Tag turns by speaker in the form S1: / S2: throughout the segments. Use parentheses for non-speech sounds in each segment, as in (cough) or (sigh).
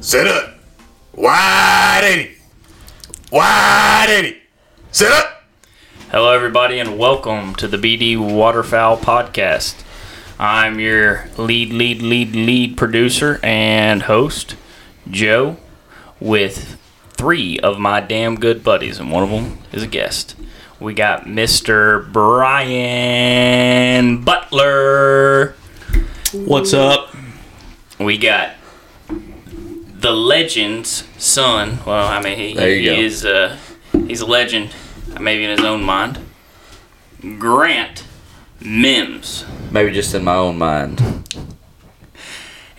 S1: Sit up. Wide 80. Wide 80. Sit up.
S2: Hello, everybody, and welcome to the BD Waterfowl Podcast. I'm your lead, lead, lead, lead producer and host, Joe, with three of my damn good buddies, and one of them is a guest. We got Mr. Brian Butler.
S3: What's up?
S2: We got the legend's son. Well, I mean, he,
S1: There you
S2: he
S1: go.
S2: is uh, he's a legend, maybe in his own mind. Grant Mims,
S4: Maybe just in my own mind.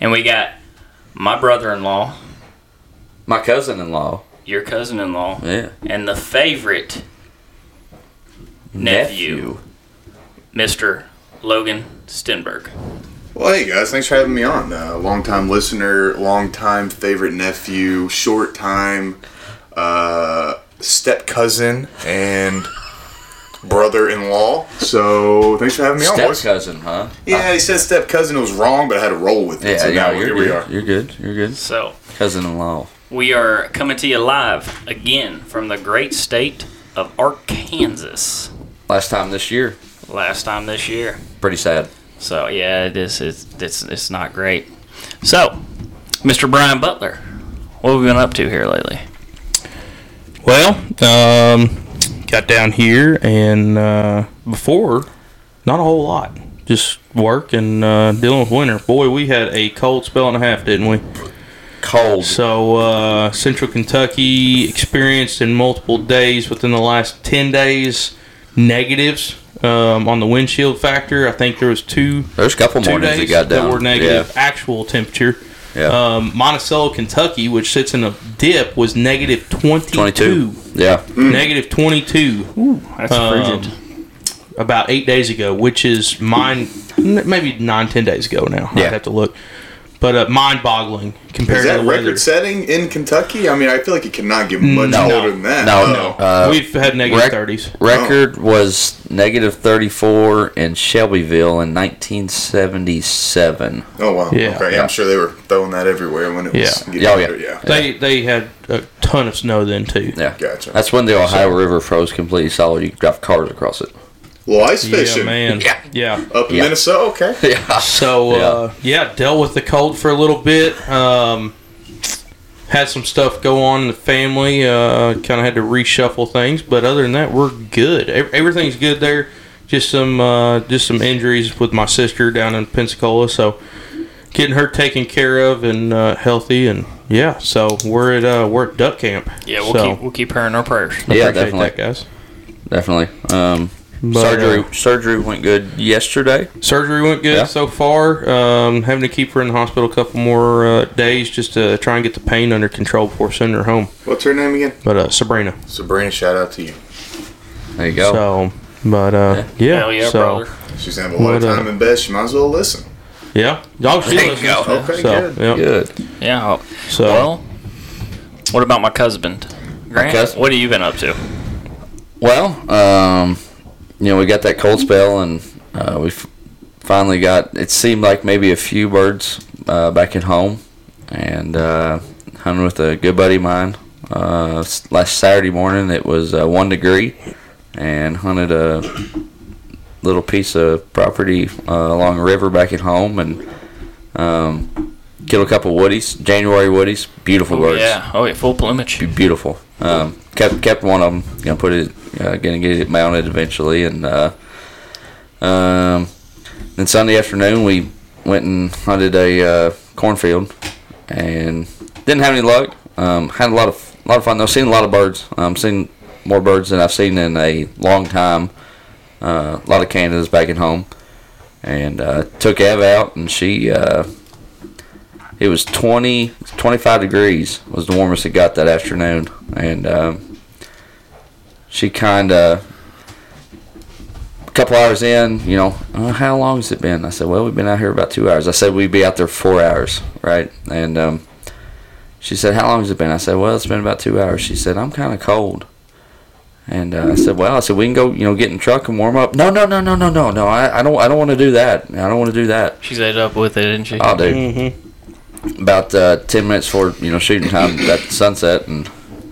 S2: and we got my brother-in-law,
S4: My cousin in law.
S2: your cousin-in-law,
S4: Yeah.
S2: and the favorite, Nephew. Mr. Logan Stenberg.
S1: Well, hey guys, thanks for having me on. Uh, long time listener, long time favorite nephew, short time uh, step cousin, and brother in law. So thanks for having me on,
S4: Step
S1: boys.
S4: cousin, huh?
S1: Yeah, he said step cousin. It was wrong, but I had to roll with it.
S4: Yeah,
S1: so
S4: yeah,
S1: now
S4: you're,
S1: here we
S4: good.
S1: are.
S4: You're good. You're good.
S2: So
S4: Cousin in law.
S2: we are coming to you live again from the great state of Arkansas.
S4: Last time this year.
S2: Last time this year.
S4: Pretty sad.
S2: So yeah, it is. It's it's, it's not great. So, Mr. Brian Butler, what have we been up to here lately?
S3: Well, um, got down here and uh, before, not a whole lot. Just work and uh, dealing with winter. Boy, we had a cold spell and a half, didn't we?
S4: Cold.
S3: So, uh, Central Kentucky experienced in multiple days within the last 10 days negatives um, on the windshield factor. I think there was two,
S4: There's a couple
S3: two
S4: mornings
S3: days
S4: that got down.
S3: that were negative actual temperature.
S4: Yeah. yeah.
S3: Um, Monticello, Kentucky, which sits in a dip, was negative
S4: 22.
S3: 22.
S4: Yeah.
S3: Negative 22
S2: That's Um,
S3: frigid. about eight days ago, which is mine, n- maybe nine, ten days ago now.
S4: Yeah.
S3: I'd have to look. But uh, mind boggling compared
S1: Is
S3: to
S1: that
S3: the weather.
S1: record setting in Kentucky? I mean, I feel like it cannot get much
S4: No.
S1: colder than that.
S4: No,
S1: Uh,
S4: no. Uh,
S3: We've had negative
S4: rec-
S3: 30s.
S4: Record was negative 34 in Shelbyville in 1977.
S1: Oh wow.
S3: Yeah.
S1: Okay.
S4: Yeah.
S1: I'm sure they were throwing that everywhere when it was
S3: Yeah.
S1: getting
S4: Yeah, oh,
S1: better.
S4: yeah.
S1: Yeah.
S3: They they had a ton of snow then too.
S4: Yeah.
S1: Gotcha.
S4: That's when the Ohio River froze completely solid. You could drive cars across it.
S1: Well, ice
S3: Yeah,
S1: fishing.
S3: man.
S4: Yeah.
S3: yeah.
S1: Up in
S4: Yeah.
S1: Minnesota. Okay.
S4: Yeah.
S3: So uh, yeah, dealt with the cold for a little bit. Um, had some stuff go on in the family. Uh, kind of had to reshuffle things, but other than that, we're good. Ev- Everything's good there. Just some uh, just some injuries with my sister down in Pensacola. So getting her taken care of and uh, healthy, and yeah. So we're at uh, we're at duck camp.
S2: Yeah, we'll
S3: So,
S2: keep we'll keep her in our prayers.
S3: I
S4: Yeah,
S3: appreciate
S4: definitely.
S3: that, guys.
S4: Definitely. Um,
S3: But,
S4: surgery
S3: uh,
S4: surgery went good yesterday.
S3: Surgery went good
S4: Yeah.
S3: so far. Um, having to keep her in the hospital a couple more uh, days just to try and get the pain under control before sending her home.
S1: What's her name again?
S3: But uh, Sabrina.
S1: Sabrina. Shout out to you.
S4: There you go.
S3: So, but uh, yeah.
S2: Hell yeah,
S3: so,
S2: brother.
S1: She's having a lot of
S3: What, uh,
S1: time in bed. She might as well listen.
S3: Yeah. Oh, she
S4: There you
S3: listens.
S4: go.
S1: Okay,
S3: So,
S1: good.
S3: yeah.
S4: Good.
S2: Yeah.
S3: So,
S2: Well, what about my cousin? Grant,
S4: cousin?
S2: what have you been up to?
S4: Well, um, you know, we got that cold spell, and uh, we f- finally got. It seemed like maybe a few birds uh, back at home, and uh, hunting with a good buddy of mine. Uh, s- last Saturday morning, it was uh, one degree, and hunted a little piece of property uh, along a river back at home, and um, killed a couple woodies, January woodies, beautiful
S2: Oh,
S4: birds
S2: yeah. Oh yeah. Full plumage.
S4: be beautiful. Um, kept kept one of them. Gonna put it. Uh, gonna get it mounted eventually. And uh, um, then Sunday afternoon we went and hunted a uh, cornfield, and didn't have any luck. Um, had a lot of lot of fun though. Seen a lot of birds. Um, seen more birds than I've seen in a long time. Uh, a lot of Canadas back at home, and uh, took Ev out, and she. Uh, it was 20 25 degrees was the warmest it got that afternoon and um, she kind of a couple hours in you know uh, how long has it been i said well we've been out here about two hours i said we'd be out there four hours right and um, she said how long has it been i said well it's been about two hours she said i'm kind of cold and uh, I said, "Well, I said we can go, you know, get in the truck and warm up." No, no, no, no, no, no, no. I, I don't, I don't want to do that. I don't want to do that. Uh,
S2: She's ate up with it, didn't she?
S4: Oh, dude,
S3: mhm.
S4: about uh, ten minutes for you know shooting time at sunset, and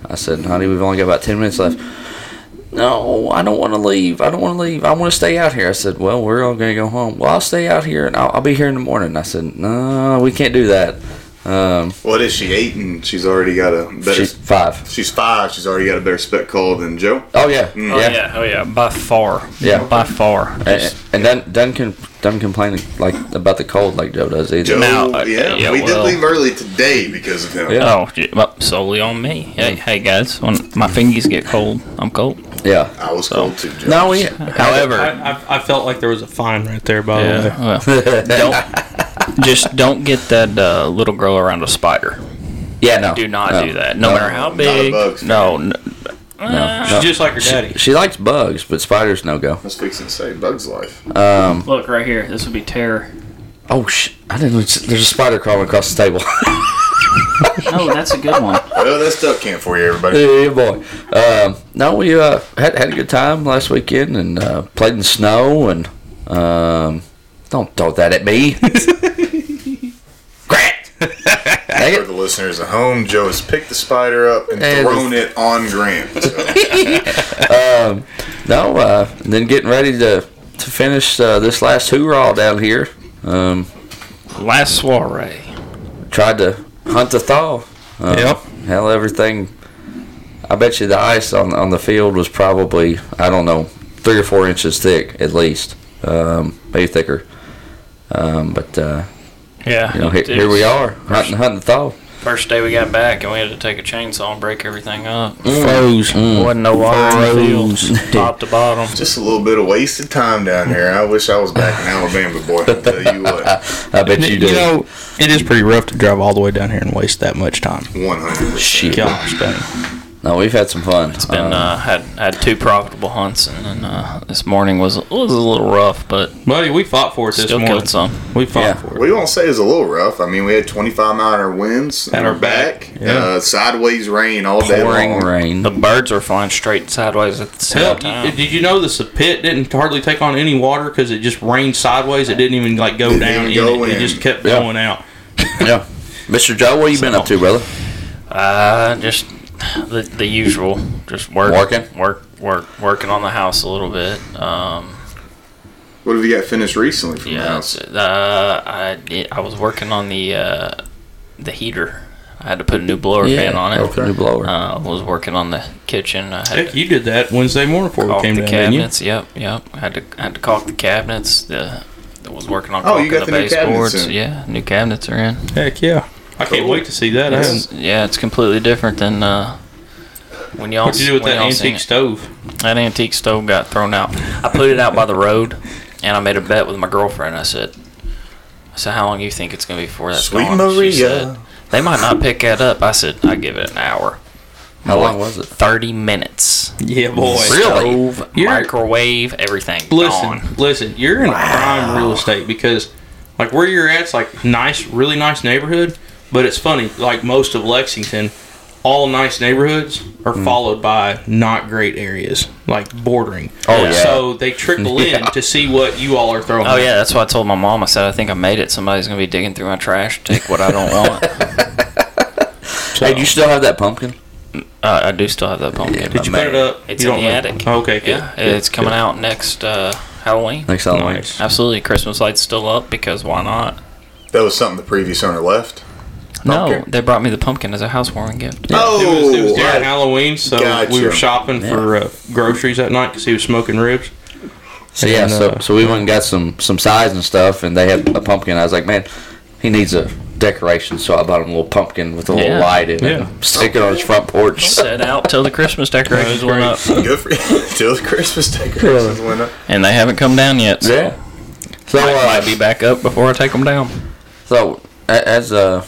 S4: I said, "Honey, we've only got about ten minutes left." No, I don't want to leave. I don't want to leave. I want to stay out here. I said, "Well, we're all gonna go home." Well, I'll stay out here, and I'll, I'll be here in the morning. I said, "No, we can't do that." Um,
S1: What is she eight and she's already got a better?
S4: she's
S1: She's,
S4: five.
S1: five. She's already got a better spec call than Joe.
S4: Oh yeah,
S2: Oh yeah. oh yeah, by far.
S4: Yeah. Uh,
S2: by far.
S4: And, and doesn't doesn't, com- doesn't complain like about the cold like Joe does either.
S1: Joe,
S2: Now, uh,
S1: yeah,
S2: yeah,
S1: we
S2: well-
S1: did leave early today because of him.
S4: Yeah.
S2: Oh, j- well, solely on me. Hey, hey guys, when my fingers get cold, I'm cold.
S4: Yeah.
S1: I was cold too, Joe.
S4: (laughs) No, we.
S2: However,
S3: I, I, I felt like there was a fine right there, by the
S2: yeah, well,
S3: way.
S2: don't just don't get that uh, little girl around a spider.
S4: yeah, no.
S2: Do not
S4: no,
S2: do that. No, matter how
S1: not a
S2: big.
S1: bug
S2: no, n-
S4: No, no.
S3: She's just like her daddy.
S4: She likes bugs, but spiders no go.
S1: Let's fix and say Bug's life.
S2: look right here. This would be terror.
S4: Oh sh! I didn't. There's a spider crawling across the table. (laughs)
S2: No, that's a good (laughs) one.
S1: Oh, that's duck camp for you, everybody.
S4: yeah, boy. Um, no, we uh, had had a good time last weekend and uh, played in snow and um, don't throw that at me. Grant. Dang
S1: For
S4: it.
S1: the listeners at home, Joe has picked the spider up and
S4: And-
S1: thrown it on Grant. So,
S4: No, uh, and then getting ready to to finish uh, this last hoorah down here. Um,
S2: Last soiree.
S4: tried to hunt the thaw. Uh,
S3: Yep.
S4: Hell, everything. I bet you the ice on on the field was probably I don't know three or four inches thick at least, um, maybe thicker. Um, but uh,
S2: Yeah.
S4: you know, here, here we are hunting hunting the thaw.
S2: First day we got back and we had to take a chainsaw and break everything up.
S4: Mm. Froze.
S2: Wasn't no water in the
S4: Froze. (laughs)
S2: field, top to bottom.
S1: just a little bit of wasted time down here. I wish I was back in Alabama, boy. I'll tell you what,
S4: (laughs) I bet you
S3: You,
S4: did.
S3: know, it is pretty rough to drive all the way down here and waste that much time.
S1: one hundred.
S4: Shit.
S3: Gosh, dang.
S4: No, we've had some fun. Um,
S2: It's been uh, had had two profitable hunts and then uh, this morning was was a little rough, but
S3: Buddy, we fought for it this
S2: still
S3: morning.
S2: killed some.
S3: We fought
S4: Yeah.
S3: for it.
S1: We won't say it's a little rough. I mean, we had 25 mile an hour winds
S3: At
S1: on
S3: our back, yeah.
S1: Uh, sideways rain all day
S4: pouring
S1: long.
S4: rain.
S2: The birds were flying straight sideways at the same
S3: Hell, you,
S2: time.
S3: did you know this the pit didn't hardly take on any water because it just rained sideways? It didn't even like go
S1: It
S3: down.
S1: didn't go
S3: in it. it
S1: in.
S3: just kept
S4: Yeah.
S3: going out.
S4: Yeah. Mr. Joe, what you been up to, brother?
S2: Uh, just the, the usual, just work,
S4: Working?
S2: work, work, working on the house a little bit. Um,
S1: What have you got finished recently from the
S2: yeah,
S1: house?
S2: it's, uh, I did- I was working on the uh, the heater. I had to put a new blower fan on it.
S4: Open new blower.
S2: Uh, was working on the kitchen. I had
S3: Heck,
S2: to
S3: you did that Wednesday morning before we
S2: caulk
S3: came
S2: the
S3: down, didn't you?
S2: cabinets. Yep, yep. I had to I had to caulk the cabinets. The I was working on
S1: Oh, you
S2: caulking
S1: got
S2: the,
S1: the new cabinets
S2: baseboards.
S1: in.
S2: Yeah, new cabinets are in.
S3: Heck yeah. I can't
S1: Cool.
S3: wait to see that. I haven't-
S2: It's, yeah, it's completely different than uh, when y'all.
S3: What you do with
S2: when
S3: that
S2: y'all seen
S3: antique
S2: it.
S3: stove?
S2: That antique stove got thrown out. I put it out by the road, and I made a bet with my girlfriend. I said, "I said, how long you think it's gonna be before that's
S1: Sweet
S2: gone?"
S1: Maria.
S2: She said, "They might not pick that up." I said, "I give it an hour,
S4: How long was it?
S2: thirty minutes."
S3: Yeah, boy.
S4: Really?
S2: Stove,
S3: You're-
S2: microwave, everything.
S3: Listen,
S2: gone.
S3: listen. You're in prime real estate because, like, where you're at's like nice, really nice neighborhood. But it's funny, like most of Lexington, all nice neighborhoods are followed by not great areas, like bordering.
S4: Oh, yeah.
S3: So they trickle in to see what you all are throwing.
S2: Oh yeah, that's why I told my mom. I said, I think I made it. Somebody's gonna be digging through my trash, to take what I don't
S4: (laughs)
S2: want.
S4: Hey, do you still have that pumpkin?
S2: uh, I do still have that pumpkin.
S3: Did you
S4: man.
S3: put it up?
S2: it's
S3: You
S2: in the
S3: don't know.
S2: attic.
S3: Okay, good.
S2: yeah, it's coming out next uh, Halloween.
S4: Next Halloween.
S3: Nice.
S2: Absolutely, Christmas lights still up because why not?
S1: That was something the previous owner left.
S2: No,
S1: Pumpkin.
S2: they brought me the pumpkin as a housewarming
S4: (laughs)
S2: gift.
S1: Oh,
S3: It was, it was during
S1: right.
S3: Halloween, so we
S1: Gotcha.
S3: were shopping for uh, groceries that night because he was smoking ribs.
S4: So yeah,
S3: And,
S4: so
S3: uh,
S4: so we went and got some some size and stuff, and they had a pumpkin. I was like, man, he needs a decoration, so I bought him a little pumpkin with a little
S2: Yeah.
S4: light in
S3: Yeah.
S4: it, stick it on his front porch.
S2: Set out till the Christmas decorations went up,
S1: Good for (laughs) you. Till the Christmas decorations went up.
S2: and they haven't come down yet. So
S4: Yeah. So
S2: they
S4: uh,
S2: might be back up before I take them down.
S4: so a- as uh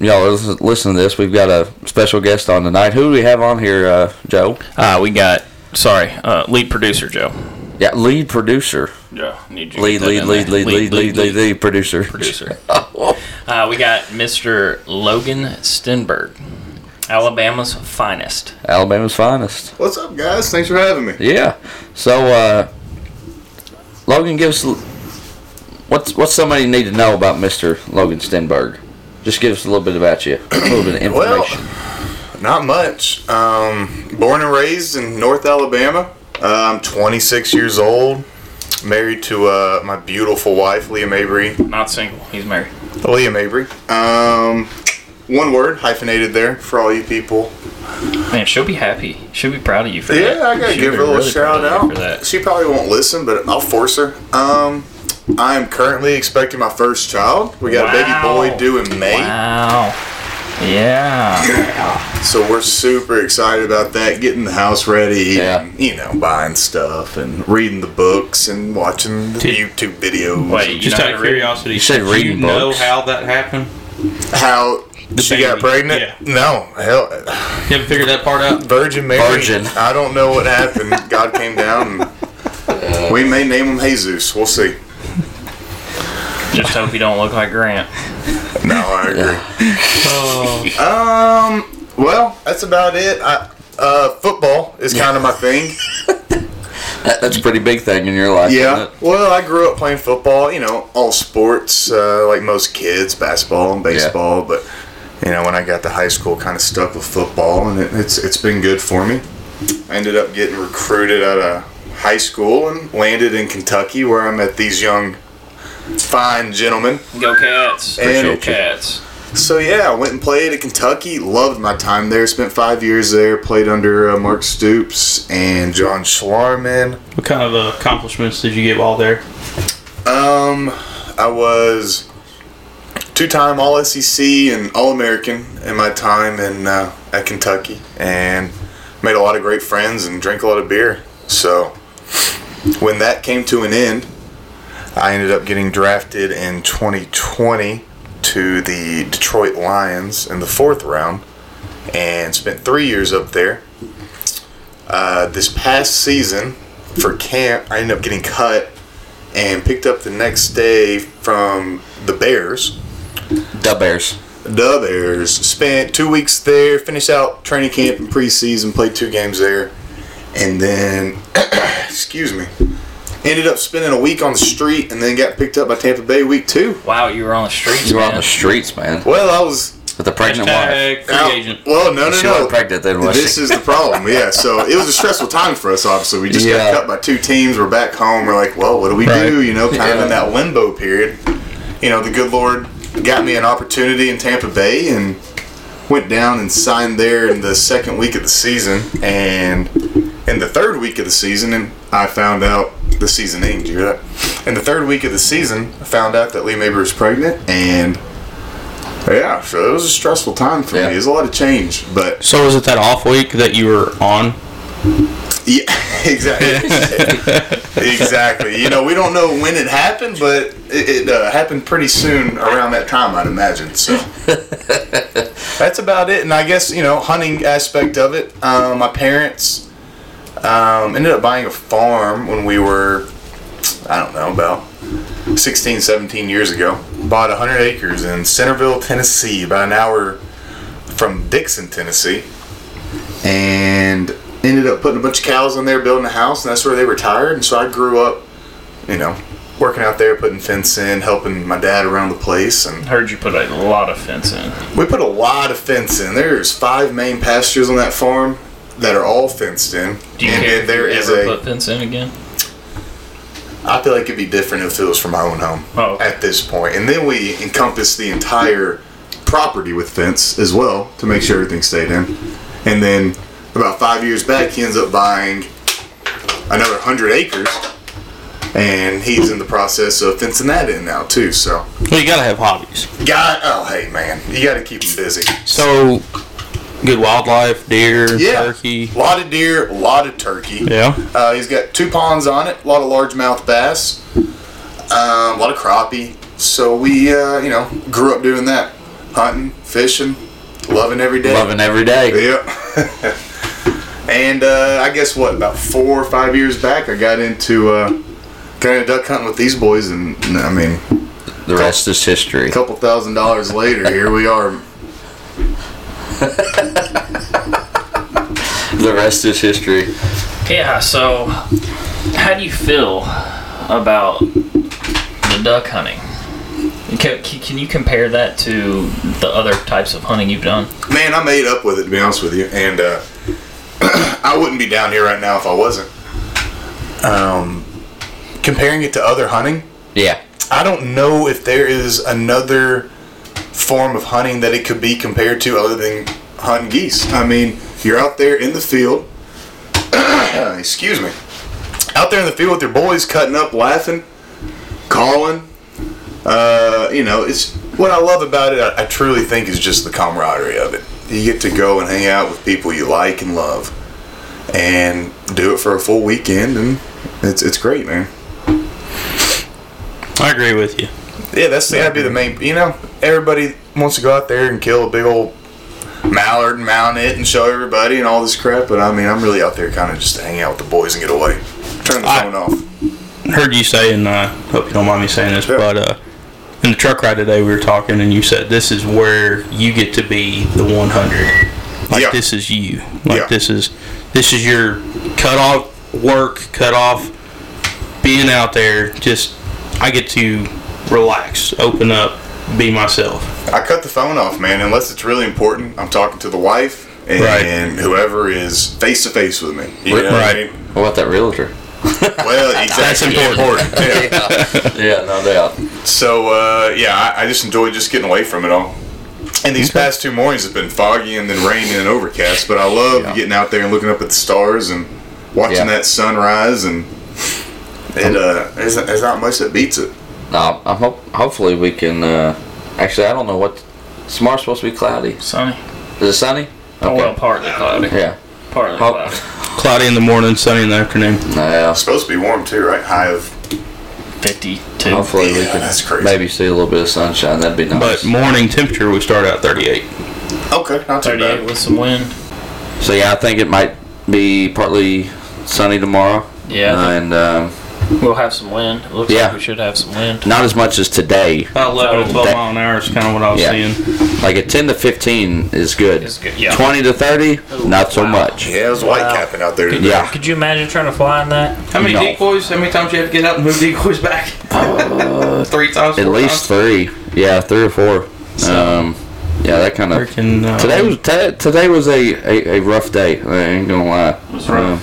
S4: y'all are lis- listening to this, we've got a special guest on tonight. Who do we have on here, uh, Joe?
S2: Uh, we got sorry, uh, lead producer Joe.
S4: Yeah, lead producer,
S2: Yeah, need you.
S4: lead lead lead lead lead lead lead lead producer.
S2: producer. Uh, we got Mr. Logan Stenberg, Alabama's finest.
S4: (laughs) Alabama's finest.
S1: What's up, guys? Thanks for having me.
S4: Yeah. So uh, Logan, give us l- what's what's somebody need to know about Mister Logan Stenberg. Just give us a little bit about you, a little bit of
S1: Well,
S4: information.
S1: Not much. Um, born and raised in North Alabama. Uh, I'm 26 years old. Married to uh, my beautiful wife, Leah Mabry.
S2: Not single. He's married.
S1: Leah Mabry. Um, one word, hyphenated there for all you people.
S2: Man, she'll be happy. She'll be proud of you for that.
S1: Yeah, I gotta
S2: She'll
S1: give
S2: be
S1: her a little
S2: really proud
S1: shout
S2: of you for
S1: out.
S2: that.
S1: She probably won't listen, but I'll force her. Um, I am currently expecting my first child. We got
S2: Wow.
S1: a baby boy due in May.
S2: Wow. Yeah.
S1: So we're super excited about that, getting the house ready,
S4: Yeah.
S1: you know, buying stuff and reading the books and watching the
S3: Did-
S1: YouTube videos.
S2: Wait, you
S3: Just
S2: know
S3: out
S2: how
S3: of
S2: to read?
S3: curiosity,
S4: said
S3: did
S4: reading
S3: you know
S4: books.
S3: how that happened?
S1: How she got
S3: baby,
S1: pregnant?
S3: yeah.
S1: No, hell,
S3: You haven't figured that part out?
S1: Virgin Mary.
S4: Virgin.
S1: I don't know what happened. God came down.
S4: (laughs)
S1: And we may name him Jesus. We'll see.
S2: Just hope you don't look like Grant.
S1: No, I agree.
S3: Oh,
S1: Well, that's about it. I, uh, football is kind of my thing.
S4: That- that's a pretty big thing in your life.
S1: Yeah.
S4: Isn't it?
S1: Well, I grew up playing football, you know, all sports, uh, like most kids, basketball and baseball. But, you know, when I got to high school, kind of stuck with football, and it, it's it's been good for me. I ended up getting recruited out of high school and landed in Kentucky, where I met these young, fine gentlemen.
S2: Go cats.
S1: And-
S2: Go cats.
S1: So yeah, I went and played at Kentucky. Loved my time there. Spent five years there. Played under uh, Mark Stoops and John Schlarman.
S3: what kind of uh, accomplishments did you get while there?
S1: Um, I was two-time All SEC and All American in my time in uh, at Kentucky, and made a lot of great friends and drank a lot of beer. So when that came to an end, I ended up getting drafted in 2020 to the Detroit Lions in the fourth round, and spent three years up there. Uh, this past season for camp, I ended up getting cut and picked up the next day from the Bears.
S4: The Bears.
S1: The Bears spent two weeks there, finished out training camp and preseason, played two games there, and then, (clears throat) excuse me, ended up spending a week on the street and then got picked up by Tampa Bay week two.
S2: Wow, you were on the streets,
S4: You were on
S2: man.
S4: the streets, man,
S1: Well, I was
S4: with a pregnant wife.
S3: Hashtag free agent.
S1: out. Well, no, no,
S4: She wasn't
S1: no.
S4: pregnant then, was
S1: This
S4: she?
S1: is the problem, yeah. So it was a stressful time for us. Obviously, we just got
S4: Yeah.
S1: cut by two teams. We're back home. We're like, well, what do we
S4: Right.
S1: do? You know, kind of
S4: Yeah.
S1: in that limbo period. You know, the good Lord got me an opportunity in Tampa Bay and went down and signed there in the second week of the season. And in the third week of the season, and I found out the season ended. You hear that? In the third week of the season, I found out that Lee Mabry was pregnant, and yeah, so it was a stressful time for
S4: Yeah.
S1: me. It was a lot of change, but
S3: So was it that off week that you were on?
S1: Yeah, (laughs) exactly. exactly. You know, we don't know when it happened, but it, it uh, happened pretty soon around that time, I'd imagine. So that's about it. And I guess you know, hunting aspect of it. Um, my parents um, ended up buying a farm when we were, I don't know, about 16, 17 years ago. Bought 100 acres in Centerville, Tennessee, about an hour from Dixon, Tennessee and ended up putting a bunch of cows on there, building a house, and that's where they retired. And so I grew up, you know, working out there, putting fence in, helping my dad around the place, and
S2: Heard you put a lot of fence in.
S1: we put a lot of fence in. There's five main pastures on that farm that are all fenced in,
S2: Do you
S1: and
S2: care
S1: then
S2: if
S1: there
S2: you
S1: is
S2: ever
S1: a.
S2: put fence in again?
S1: I feel like it'd be different if it was from my own home
S2: Oh, okay.
S1: at this point, and then we encompass the entire property with fence as well to make sure everything stayed in. And then about five years back, he ends up buying another hundred acres, and he's in the process of fencing that in now too. So,
S3: Well, you gotta have hobbies.
S1: God, oh hey man, you got to keep him busy.
S3: So, good wildlife, deer,
S1: Yeah,
S3: turkey.
S1: a lot of deer, a lot of turkey.
S3: Yeah.
S1: Uh, he's got two ponds on it, a lot of largemouth bass, um, a lot of crappie. So we, uh, you know, grew up doing that, hunting, fishing, loving every day.
S4: Loving every day.
S1: Yep. (laughs) and uh, I guess what about four or five years back, I got into uh, got into duck hunting with these boys, and I mean,
S4: The rest is history.
S1: a couple thousand dollars later, here we are.
S4: The rest is history.
S2: Yeah, so how do you feel about the duck hunting?
S5: Can, can you compare that to the other types of hunting you've done?
S1: Man, I'm ate up with it to be honest with you, and uh, (clears throat) I wouldn't be down here right now if I wasn't. Um, comparing it to other hunting,
S4: Yeah.
S1: I don't know if there is another form of hunting that it could be compared to other than hunting geese. I mean, you're out there in the field. (coughs) excuse me. Out there in the field with your boys, cutting up, laughing, calling. Uh, you know, it's what I love about it. I, I truly think is just the camaraderie of it. You get to go and hang out with people you like and love, and do it for a full weekend, and it's it's great, man.
S3: I agree with you.
S1: Yeah, that's that'd be the main. You know, everybody wants to go out there and kill a big old mallard and mount it and show everybody and all this crap. But I mean, I'm really out there kind of just to hang out with the boys and get away. Turn the
S3: I-
S1: phone off.
S3: heard you say, and I hope you don't mind me saying this,
S1: Yeah.
S3: but uh, in the truck ride today, we were talking, and you said this is where you get to be the 100. Like
S1: Yeah.
S3: this is you. Like
S1: Yeah.
S3: this is this is your cut off work, cut off being out there. Just I get to relax, open up, be myself.
S1: I cut the phone off, man. Unless it's really important, I'm talking to the wife and,
S3: Right.
S1: whoever is face to face with me. You
S4: Right.
S1: know what I mean?
S4: What about that realtor?
S1: Well, exactly.
S3: (laughs) That's important.
S1: Yeah.
S4: Yeah, no doubt.
S1: So uh, yeah, I, I just enjoy just getting away from it all. And these past two mornings have been foggy and then rainy and overcast, but I love
S4: Yeah.
S1: getting out there and looking up at the stars and watching
S4: Yeah.
S1: that sunrise and it uh, there's, there's not much that beats it.
S4: No, I hope hopefully we can. Uh, actually, I don't know what. Tomorrow's supposed to be cloudy.
S2: Sonny.
S4: Is it sunny?
S2: Oh, well, partly cloudy.
S4: Yeah.
S2: Partly
S4: Well-
S2: cloudy.
S3: Cloudy in the morning, sunny in the afternoon.
S4: No.
S1: It's supposed to be warm too, right? High of
S2: 52.
S4: Hopefully we
S1: Yeah, that's
S4: can
S1: crazy.
S4: maybe see a little bit of sunshine. That'd be nice.
S3: But morning temperature, we start out 38.
S1: okay, not too
S2: 38
S1: bad.
S2: with some wind.
S4: so yeah, I think it might be partly sunny tomorrow.
S2: Yeah.
S4: Uh, and um,
S2: We'll have some wind. It looks
S4: Yeah.
S2: like we should have some wind.
S4: not as much as today.
S3: About 11 to 12
S4: That-
S3: mile an hour is kind of what I was
S4: Yeah.
S3: seeing.
S4: Like a 10 to 15 is good.
S2: It's good, yeah.
S4: 20 to 30, not so much.
S1: Yeah, it was white capping out there today.
S4: Yeah.
S2: Could you imagine trying to fly in that?
S3: How many
S4: No.
S3: decoys? How many times you have to get out and move decoys back? (laughs) Three times.
S4: At
S3: four
S4: least
S3: times?
S4: three. Yeah, three or four. Um, yeah, that kind of.
S3: Freaking, uh,
S4: Today was t- today was a, a, a rough day. I ain't gonna lie.
S2: was rough.
S4: Um,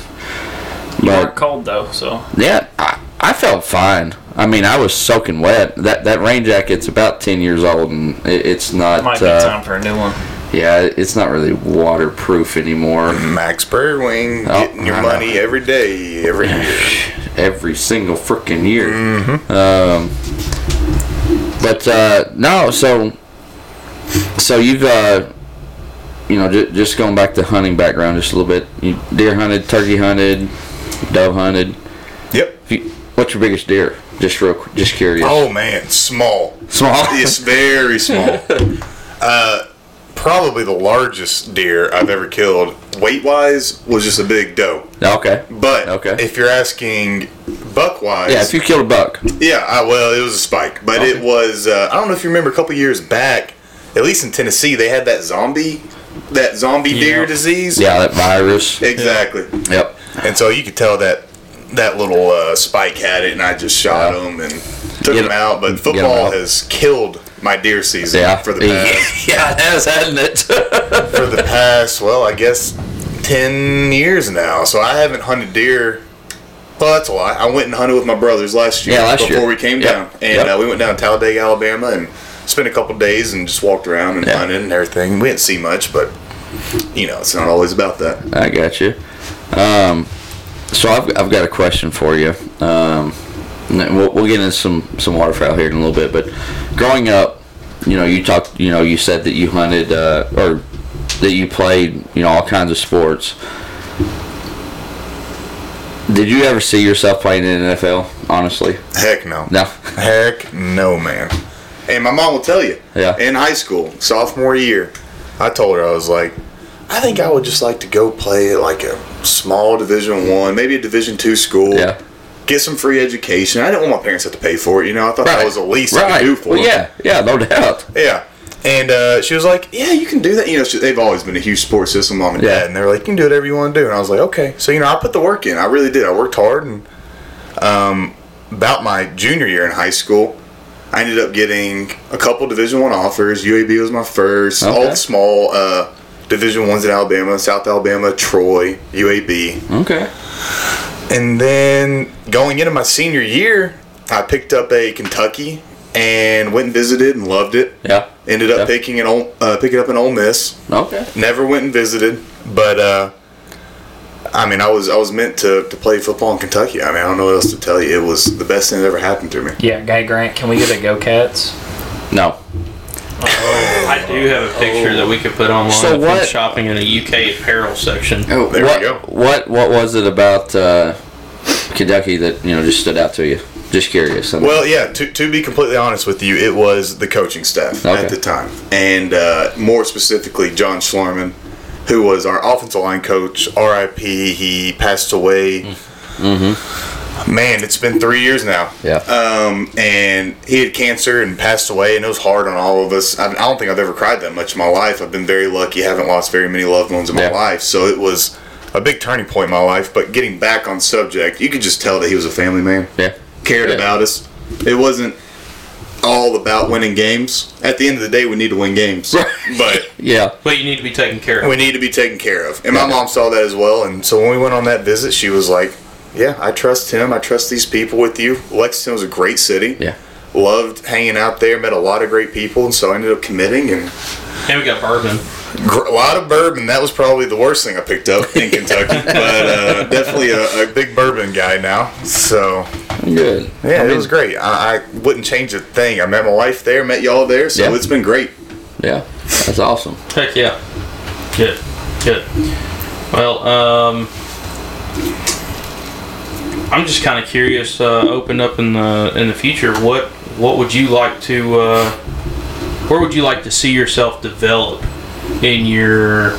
S2: You
S4: but
S2: weren't cold though, so
S4: Yeah, I, I felt fine. I mean, I was soaking wet. That that rain jacket's about ten years old, and it, it's not.
S2: might be
S4: uh,
S2: time for a new one.
S4: yeah, it's not really waterproof anymore.
S1: Max Birdwing,
S4: Oh,
S1: getting your
S4: I know.
S1: money every day, every year.
S4: Every single freaking year. Um, but uh, no, so so you've uh, you know j- just going back to hunting background just a little bit. You deer hunted, turkey hunted, dove hunted.
S1: Yep.
S4: If you- What's your biggest deer? Just real, qu- just curious.
S1: Oh man, small.
S4: Small.
S1: It's very small. uh, probably the largest deer I've ever killed, weight wise, was just a big doe.
S4: (laughs) Okay.
S1: But
S4: Okay.
S1: if you're asking buck wise,
S4: Yeah, if you killed a buck.
S1: yeah, I, well, it was a spike, but it was. Uh, I don't know if you remember a couple years back, at least in Tennessee, they had that zombie, that zombie deer disease.
S4: Yeah, that virus.
S1: exactly.
S4: Yep.
S1: And so you could tell that that little uh, spike had it, and I just shot
S4: Yeah.
S1: him and took
S4: Get
S1: him
S4: him-
S1: out. But
S4: him
S1: football
S4: out.
S1: has killed my deer season
S4: (laughs) Yeah.
S1: for the past
S4: yeah, it has, hasn't it? (laughs)
S1: for the past well, I guess ten years now. So I haven't hunted deer. Well, that's a lie. I went and hunted with my brothers last year
S4: Yeah, last
S1: before
S4: year.
S1: we came
S4: Yep.
S1: down, and
S4: Yep.
S1: uh, we went down to Talladega, Alabama, and spent a couple days and just walked around and
S4: Yeah.
S1: hunted and everything. We didn't see much, but you know, it's not always about that.
S4: I got you. Um, so I've, I've got a question for you. Um, and then we'll, we'll get into some, some waterfowl here in a little bit, but growing up, you know, you talked, you know, you said that you hunted uh, or that you played, you know, all kinds of sports. Did you ever see yourself playing in the NFL? Honestly,
S1: Heck no.
S4: no.
S1: Heck no, man. And my mom will tell you.
S4: Yeah.
S1: In high school, sophomore year, I told her I was like, I think I would just like to go play at like a small Division One, maybe a Division Two school.
S4: Yeah.
S1: Get some free education. I didn't want my parents to have to pay for it. You know, I thought that was the least
S4: right.
S1: I could do for
S4: well,
S1: them.
S4: yeah, yeah, no (laughs) doubt.
S1: Yeah. And uh, she was like, "Yeah, you can do that." You know, she, they've always been a huge support system, mom and
S4: Yeah.
S1: dad, and they were like, "You can do whatever you want to do." And I was like, "Okay." So you know, I put the work in. I really did. I worked hard. And um, about my junior year in high school, I ended up getting a couple Division One offers. UAB was my first.
S4: Okay.
S1: All small uh, Division Ones in Alabama, South Alabama, Troy, UAB.
S4: Okay.
S1: And then going into my senior year, I picked up a Kentucky and went and visited and loved it.
S4: Yeah.
S1: Ended up
S4: Yeah.
S1: picking an Ole, uh, picking up an Ole Miss.
S4: Okay.
S1: Never went and visited, but uh, I mean, I was I was meant to, to play football in Kentucky. I mean, I don't know what else to tell you. It was the best thing that ever happened to me.
S5: Yeah, Guy Grant, can we get a Go Cats?
S4: No.
S3: I do have a picture that we could put online.
S4: So
S3: So
S4: what-
S3: shopping in a UK apparel section.
S4: Oh,
S1: there we
S4: what,
S1: go.
S4: What What was it about uh, Kentucky that you know just stood out to you? Just curious. I mean,
S1: Well, yeah. To, to be completely honest with you, it was the coaching staff
S4: Okay.
S1: at the time, and uh, more specifically, John Schlarman, who was our offensive line coach. R.I.P. He passed away. Man, it's been three years now.
S4: Yeah.
S1: Um, and he had cancer and passed away, and it was hard on all of us. I, I don't think I've ever cried that much in my life. I've been very lucky. Haven't lost very many loved ones in my
S4: Yeah.
S1: life, so it was a big turning point in my life. But getting back on subject, you could just tell that he was a family man
S4: yeah.
S1: cared
S4: Yeah.
S1: about us. It wasn't all about winning games. At the end of the day, we need to win games, (laughs) but
S4: Yeah.
S3: But you need to be taken care of.
S1: we need to be taken care of. And my mom saw that as well. And so when we went on that visit, she was like, "Yeah, I trust him. I trust these people with you." Lexington was a great city.
S4: Yeah.
S1: Loved hanging out there. Met a lot of great people, and so I ended up committing and
S3: And we got bourbon.
S1: gr- a lot of bourbon. That was probably the worst thing I picked up
S4: (laughs)
S1: in Kentucky, but uh, definitely a, a big bourbon guy now. So
S4: Good.
S1: Yeah,
S4: I
S1: it
S4: mean,
S1: was great. I, I wouldn't change a thing. I met my wife there, met y'all there, so
S4: Yeah.
S1: it's been great.
S4: Yeah. That's awesome.
S3: Heck yeah. Good. Good. Well, um, I'm just kind of curious. Uh, open up in the in the future. What what would you like to? Uh, where would you like to see yourself develop in your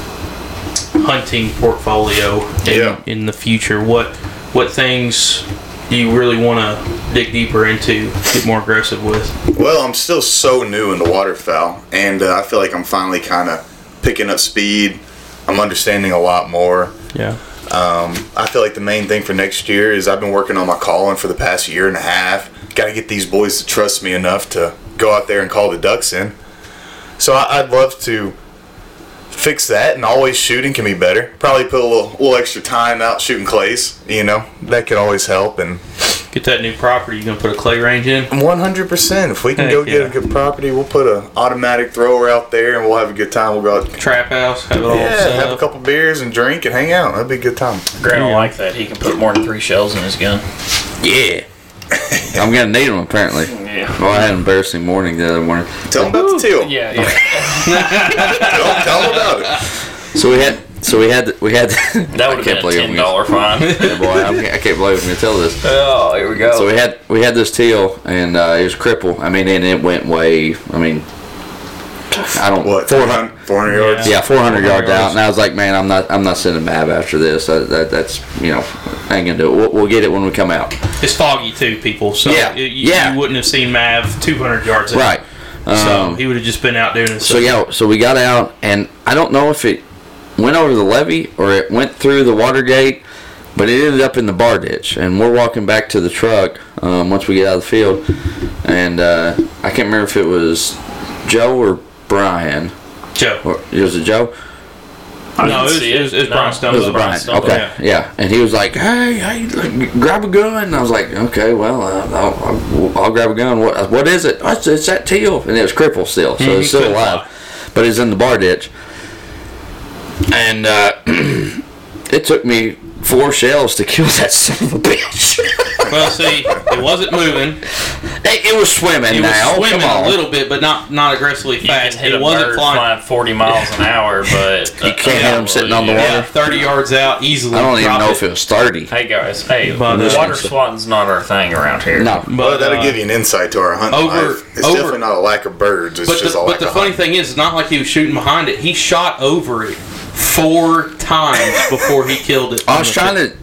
S3: hunting portfolio? In,
S1: Yeah.
S3: in the future, what what things do you really want to dig deeper into, get more aggressive with?
S1: Well, I'm still so new into waterfowl, and uh, I feel like I'm finally kind of picking up speed. I'm understanding a lot more.
S3: Yeah.
S1: I feel like the main thing for next year is I've been working on my calling for the past year and a half. Got to get these boys to trust me enough to go out there and call the ducks in. So I, I'd love to fix that, and always shooting can be better. Probably put a little, little extra time out shooting clays. You know that could always help, and
S3: Get that new property. You gonna put a clay range in?
S1: One hundred percent. If we can
S3: Heck
S1: go get
S3: yeah.
S1: a good property, we'll put a automatic thrower out there, and we'll have a good time. We'll go out,
S3: Trap house. Have it all
S1: yeah,
S3: set
S1: have a
S3: up.
S1: couple beers and drink and hang out. That'd be a good time.
S5: Grant will like that. He can put more than three shells in his gun.
S1: (laughs)
S4: Yeah. I'm gonna need them apparently.
S5: Yeah.
S4: Well, I had an embarrassing morning the other morning.
S1: Tell them about the teal.
S5: Yeah, yeah.
S1: Tell, tell 'em about it.
S4: So we had. So we had. We had. (laughs)
S5: That would have been a ten dollar fine.
S4: Yeah, boy, I'm, I can't believe I'm gonna tell this.
S5: oh, here we go.
S4: So we had we had this teal, and uh, it was cripple. I mean, and it went way. I mean, I don't
S1: What? Four
S4: 400.
S1: hundred. Four hundred yards.
S4: Yeah, 400 yards
S3: yards.
S4: out, and I was like, man, I'm not I'm not sending Mab after this. I, that, that's you know, I ain't gonna do it. We'll, we'll get it when we come out.
S3: It's foggy too, people. So
S4: Yeah,
S3: You,
S4: yeah.
S3: you wouldn't have seen Mav 200 yards. out.
S4: Right.
S3: So
S4: Um,
S3: he would have just been out doing his.
S4: so yeah, so we got out, and I don't know if it went over the levee or it went through the water gate, but it ended up in the bar ditch. And we're walking back to the truck um, once we get out of the field, and uh, I can't remember if it was Joe or Brian.
S3: Joe.
S4: Or, it was a Joe.
S3: No, it was,
S5: see
S3: it was, it was
S5: No.
S3: Brian
S4: It
S3: Stumble.
S4: was a Brian.
S5: Stumble,
S4: Okay, yeah. And he was like, "Hey, hey, like, grab a gun." And I was like, "Okay, well, uh, I'll, I'll, I'll grab a gun. What, what is it? Oh, it's, it's that teal." And it was crippled still,
S3: (laughs)
S4: so
S3: Mhm,
S4: it's still
S3: couldn't
S4: alive, but it's in the bar ditch. And uh, (clears throat) it took me four shells to kill (laughs) that son of a bitch. (laughs)
S3: Well, see, it wasn't moving.
S4: it, it was swimming
S3: It
S4: now.
S3: was swimming
S4: Come on.
S3: a little bit, but not not aggressively
S5: you can
S3: fast.
S5: hit
S3: It
S5: a
S3: wasn't
S5: bird
S3: flying.
S5: flying forty miles an hour, but uh,
S4: You can't hit 'em sitting on the water.
S3: Yeah, 30 yards out easily.
S4: I don't even
S3: Drop
S4: know if it was thirty.
S5: Hey guys, hey,
S3: But, uh,
S5: water swatting's not our thing around here.
S4: No.
S3: But,
S1: Well, that'll
S3: uh,
S1: give you an insight to our hunt
S3: over-
S1: life. It's
S3: over-
S1: definitely not a lack of birds. It's
S3: But the,
S1: just a lack
S3: but the
S1: of
S3: funny
S1: hunting.
S3: thing is, it's not like he was shooting behind it. He shot over it four times before he killed it.
S4: I was trying to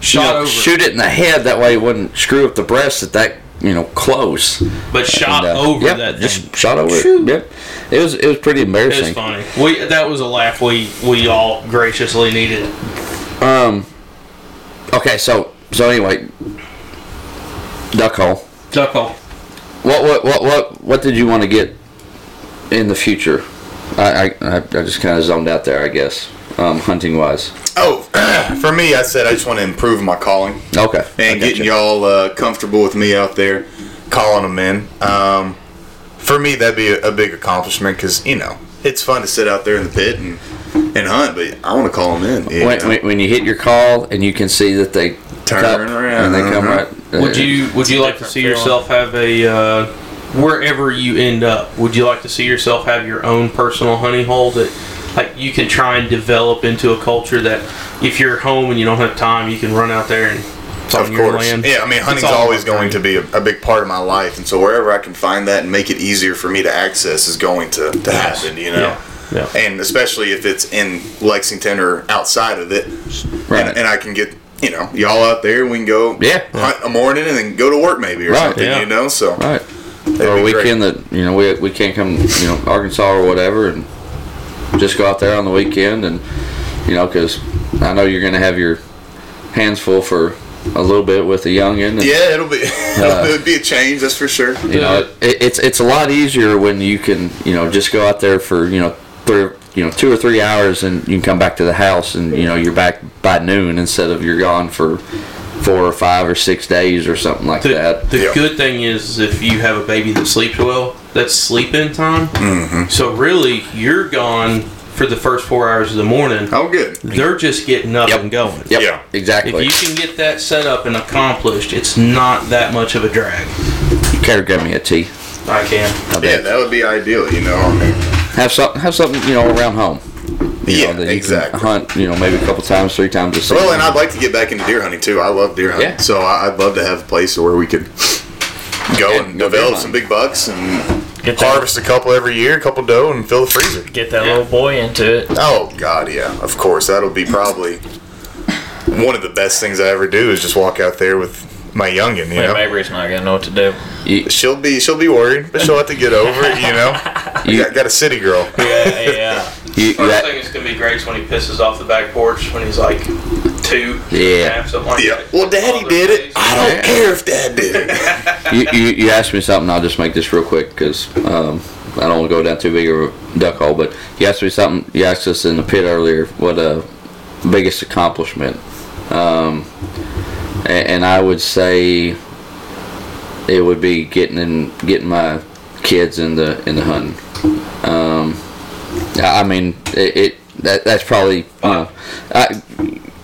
S4: you
S3: shot
S4: know,
S3: over, it.
S4: shoot it in the head. That way, it wouldn't screw up the breast at that you know close.
S3: but shot
S4: And, uh,
S3: over
S4: yep,
S3: that. thing.
S4: Just shot over.
S3: Phew.
S4: It. Yep. It was it was pretty
S3: It was
S4: embarrassing.
S3: funny. We that was a laugh we we all graciously needed.
S4: Um. Okay, so so anyway, duck hole.
S3: Duck hole.
S4: what what what what what did you want to get in the future? I I, I I just kind of zoned out there, I guess. Um, hunting wise.
S1: Oh, (clears throat) for me, I said I just want to improve my calling.
S4: Okay. I
S1: and
S4: gotcha.
S1: getting y'all uh, comfortable with me out there, calling them in. Um, for me, that'd be a, a big accomplishment because you know it's fun to sit out there in the pit and, and hunt, but I want to call them in. you
S4: When,
S1: know.
S4: when, when you hit your call and you can see that they
S1: Turn
S4: cut
S1: around,
S4: and they come
S1: uh-huh.
S4: right. uh,
S3: Would you Would you like to
S2: different
S3: see
S2: feeling.
S3: yourself have a uh, wherever you end up? Would you like to see yourself have your own personal honey hole that, like, you can try and develop into a culture that, if you're home and you don't have time, you can run out there and it's on
S1: of
S3: your
S1: course.
S3: land.
S1: Yeah, I mean, hunting's
S3: all
S1: always
S3: about
S1: going to be a, a big part of my life, and so wherever I can find that and make it easier for me to access is going to, to happen. You know.
S3: Yeah. yeah.
S1: and especially if it's in Lexington or outside of it.
S4: Right.
S1: And, and I can get you know y'all out there. We can go
S4: Yeah.
S1: hunt a morning and then go to work maybe or
S4: Right.
S1: something.
S3: Yeah.
S1: You know, so
S4: Right.
S1: that'd
S4: or a
S1: be great.
S4: weekend that you know we we can't come you know Arkansas or whatever and just go out there on the weekend and you know because I know you're gonna have your hands full for a little bit with the youngin. And,
S1: Yeah, it'll be (laughs) it'll,
S4: Uh.
S1: it'll be a change. That's for sure.
S4: You know it, it's it's a lot easier when you can you know just go out there for you know three you know two or three hours and you can come back to the house and you know you're back by noon instead of you're gone for four or five or six days or something like
S3: The,
S4: that.
S3: the
S1: Yeah.
S3: good thing is if you have a baby that sleeps well, that's sleep in time. Mm-hmm. So really, you're gone for the first four hours of the morning.
S1: Oh, good.
S3: They're just getting up and going.
S4: Yep,
S1: Yeah.
S4: exactly.
S3: If you can get that set up and accomplished, it's not that much of a drag.
S4: Care to grab me a tea?
S3: I can.
S4: I'll be-
S1: Yeah, that would be ideal. You know, I mean,
S4: have something have something you know around home you know,
S1: yeah,
S4: that you can
S1: exactly.
S4: hunt you know maybe a couple times three times a season
S1: Well, and I'd like to get back into deer hunting too. I love deer hunting,
S4: Yeah.
S1: so I- I'd love to have a place where we could go
S4: Yeah,
S1: and
S4: go deer
S1: develop
S4: hunting.
S1: some big bucks and
S2: Get that,
S1: harvest a couple every year, a couple doe, and fill the freezer.
S2: get that little boy into it.
S1: Oh God, yeah, of course. That'll be probably one of the best things I ever do is just walk out there with my youngin. You know,
S5: Mabry's not gonna know what to
S4: (laughs)
S5: do.
S4: you,
S1: she'll be she'll be worried, but she'll have to get over it. You
S5: (laughs)
S1: know,
S4: You-
S1: you got, got a city girl.
S5: Yeah, yeah.
S4: you, you
S3: First
S4: that,
S3: thing that's gonna be great is when he pisses off the back porch when he's like two.
S4: Yeah.
S3: and a half, something like
S1: Yeah.
S3: that.
S1: Well, Daddy
S3: Other
S1: did it. Ah,
S3: days-
S1: I don't care if Dad did
S5: (laughs)
S1: it.
S4: you, you, you asked me something I'll just make this real quick because um, I don't want to go down too big of a duck hole but you asked me something you asked us in the pit earlier what uh biggest accomplishment um, a- and, I would say it would be getting in getting my kids in the in the hunting Yeah, I mean, it, it that that's probably you know, I,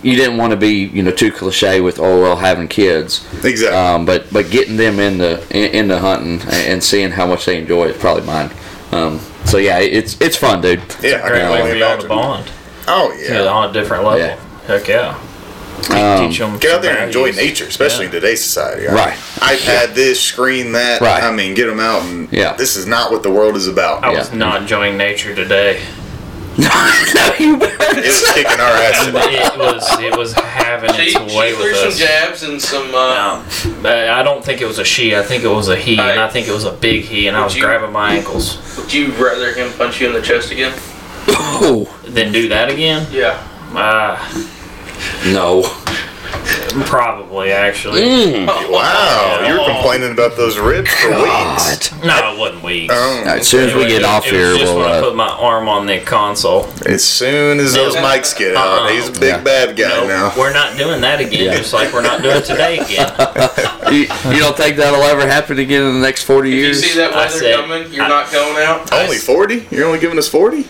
S4: you didn't want to be you know too cliche with oh well having kids,
S1: Exactly.
S4: um, but but getting them in the in, into hunting and, and seeing how much they enjoy is probably mine. Um, so yeah, it- it's it's fun,
S3: (laughs)
S4: dude.
S1: yeah, I
S5: Great
S1: can
S5: way
S1: only
S5: for y'all to
S1: imagine.
S5: bond.
S1: Oh
S5: Yeah.
S1: yeah.
S5: on a different level.
S4: Yeah.
S5: Heck yeah.
S4: Um,
S5: Teach them.
S1: Get out there and enjoy nature, especially in today's society. I mean,
S4: Right.
S1: iPad this, screen that.
S4: Right.
S1: I mean, get them out and.
S4: Yeah.
S1: This is not what the world is about.
S5: I
S3: Oh.
S4: Yeah.
S5: was not enjoying nature today.
S4: no, you better-
S1: It was kicking our ass.
S3: (laughs)
S1: today.
S5: It was it was having
S3: She,
S5: its
S3: she
S5: way
S3: threw
S5: with
S3: some
S5: us.
S3: jabs and some. Uh,
S5: Um, I I don't think it was a she. I think it was a he, and I think it was a big he, and I was
S3: You-
S5: grabbing my ankles.
S3: Would you rather him punch you in the chest again?
S4: oh
S5: Then do that again?
S3: Yeah.
S5: Uh,
S4: no.
S5: probably actually.
S4: Mm.
S1: Wow, you were complaining about those ribs for weeks.
S4: God.
S5: No, it wasn't weak.
S1: Oh,
S4: As soon as we get off
S5: it
S4: here,
S5: was just
S4: we'll
S5: when I
S4: uh,
S5: put my arm on the console.
S1: As soon as those mics get
S3: Uh-uh.
S1: out, he's a big
S4: Yeah.
S1: bad guy
S5: No,
S1: now.
S5: we're not doing that again.
S4: Yeah.
S5: Just like we're not doing
S4: (laughs)
S5: today again.
S4: you, you don't think that'll ever happen again in the next forty
S3: If you
S4: years?
S3: see that
S5: I
S3: weather
S5: said-
S3: coming, you're
S5: I-
S3: not going out.
S1: Only 40? You're only giving us 40?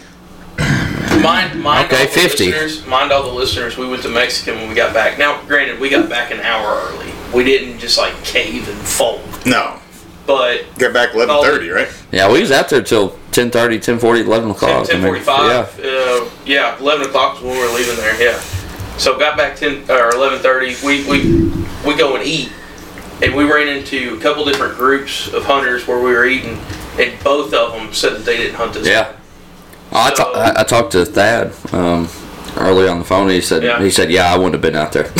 S3: Mind, mind
S4: Okay,
S3: all the
S4: 50.
S3: listeners. Mind all the listeners. We went to Mexican when we got back. Now, granted, we got back an hour early. We didn't just like cave and fold,
S1: No.
S3: but
S1: Get back 11:30,
S3: Oh.
S1: right?
S4: Yeah, we was out there till 10.30, 10.40, 11 o'clock. I
S3: ten
S4: mean,
S3: forty-five. Uh, yeah, eleven o'clock was when we were leaving there. Yeah, so got back ten or eleven thirty. We we we go and eat, and we ran into a couple different groups of hunters where we were eating, and both of them said that they didn't hunt this.
S4: Yeah. Oh, I, ta- I, I talked to Thad um, early on the phone. He said,
S3: Yeah.
S4: he said, yeah, I wouldn't have been out there. (laughs)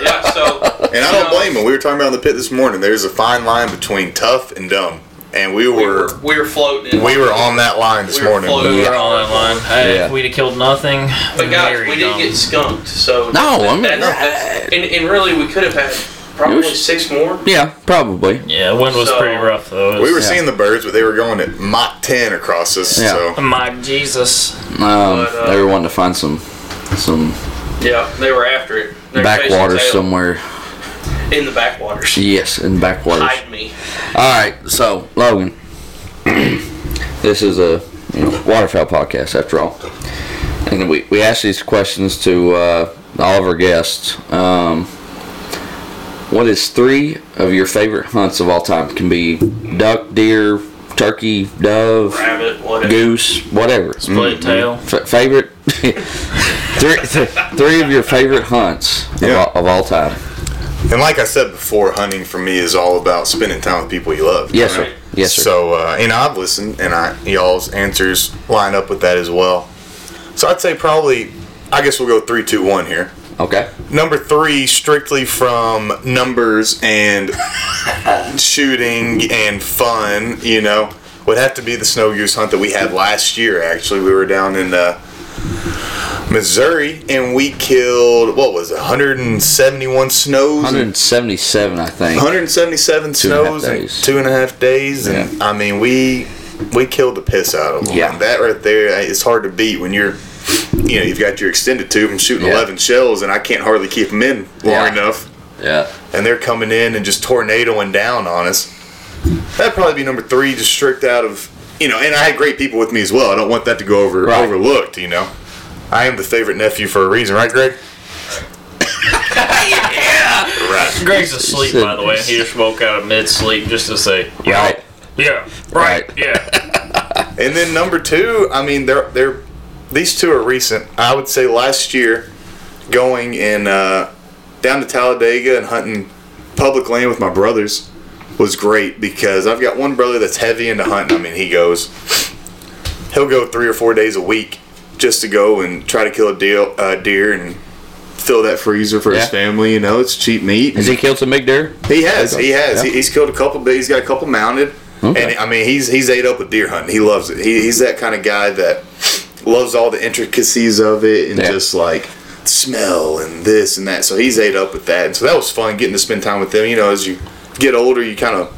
S3: yeah. So
S1: And I don't blame him. We were talking about in the pit this morning. There's a fine line between tough and dumb. And we
S3: we were
S1: were
S3: we were floating. in-
S1: we were on that line this
S3: We were
S1: morning.
S3: floating.
S5: We're all in line. Hey,
S4: Yeah.
S5: If we'd have killed nothing,
S3: But guys,
S5: very
S3: we didn't
S5: dumb.
S3: get skunked, so
S4: No, I mean,
S3: that's- and, and really we could have had Probably
S4: Yours?
S3: six more.
S4: Yeah, probably.
S2: Yeah, wind was
S3: So-
S2: pretty rough though. It was-
S1: We were
S4: Yeah.
S1: seeing the birds, but they were going at Mach 10 across us.
S4: Yeah.
S1: So
S5: My Jesus.
S4: Um,
S3: But, uh,
S4: they were wanting to find some some
S3: Yeah, they were after it. They're chasing
S4: backwaters
S3: tail.
S4: somewhere.
S3: In the backwaters.
S4: Yes, in backwaters.
S3: Hide me.
S4: All right, so Logan, (clears throat) this is a you know, waterfowl podcast after all, and we, we ask these questions to uh, all of our guests. Um, what is three of your favorite hunts of all time? Can be duck, deer, turkey, dove,
S3: Rabbit, whatever.
S4: goose, whatever.
S2: Split tail.
S4: F- favorite (laughs) three th- three of your favorite hunts
S1: Yeah.
S4: of, all, of all time.
S1: and like I said before, hunting for me is all about spending time with people you love.
S4: Yes, sir.
S3: Right.
S4: Yes, sir.
S1: So uh, and I've listened, and I y'all's answers line up with that as well. So I'd say probably, I guess we'll go three, two, one here.
S4: okay.
S1: Number three, strictly from numbers and shooting and fun, you know, would have to be the snow goose hunt that we had last year. Actually, we were down in uh, Missouri and we killed what was it, 171 snows. and-
S4: 177, I think.
S1: 177
S4: Two and a half
S1: snows in
S4: days.
S1: two and a half days, and I mean we we killed the piss out of them.
S4: Yeah.
S1: And that right there, it's hard to beat when you're. You know, you've got your extended tube. I'm shooting
S4: Yeah.
S1: 11 shells, and I can't hardly keep them in long
S4: Yeah.
S1: enough.
S4: Yeah.
S1: And they're coming in and just tornadoing down on us. That'd probably be number three, just stripped out of you know. And I had great people with me as well. I don't want that to go over
S4: Right.
S1: overlooked. You know, I am the favorite nephew for a reason, right, Greg? Right.
S5: Greg's asleep, by the way. He just woke out of mid sleep just to say, yeah,
S4: Right.
S5: yeah,
S4: Right.
S5: right, yeah.
S1: And then number two, I mean, they're they're these two are recent. I would say last year, going in uh, down to Talladega and hunting public land with my brothers was great because I've got one brother that's heavy into hunting. I mean, he goes, he'll go three or four days a week just to go and try to kill a deal, uh, deer and fill that freezer for
S4: Yeah.
S1: his family. You know, it's cheap meat.
S4: Has he killed some big deer?
S1: He has. He has.
S4: Yeah.
S1: He, he's killed a couple. But he's got a couple mounted.
S4: Okay.
S1: And I mean, he's he's ate up with deer hunting. He loves it. He, he's that kind of guy that loves all the intricacies of it and
S4: Yeah.
S1: just like smell and this and that. So he's ate up with that. And so that was fun getting to spend time with them. You know, as you get older, you kind of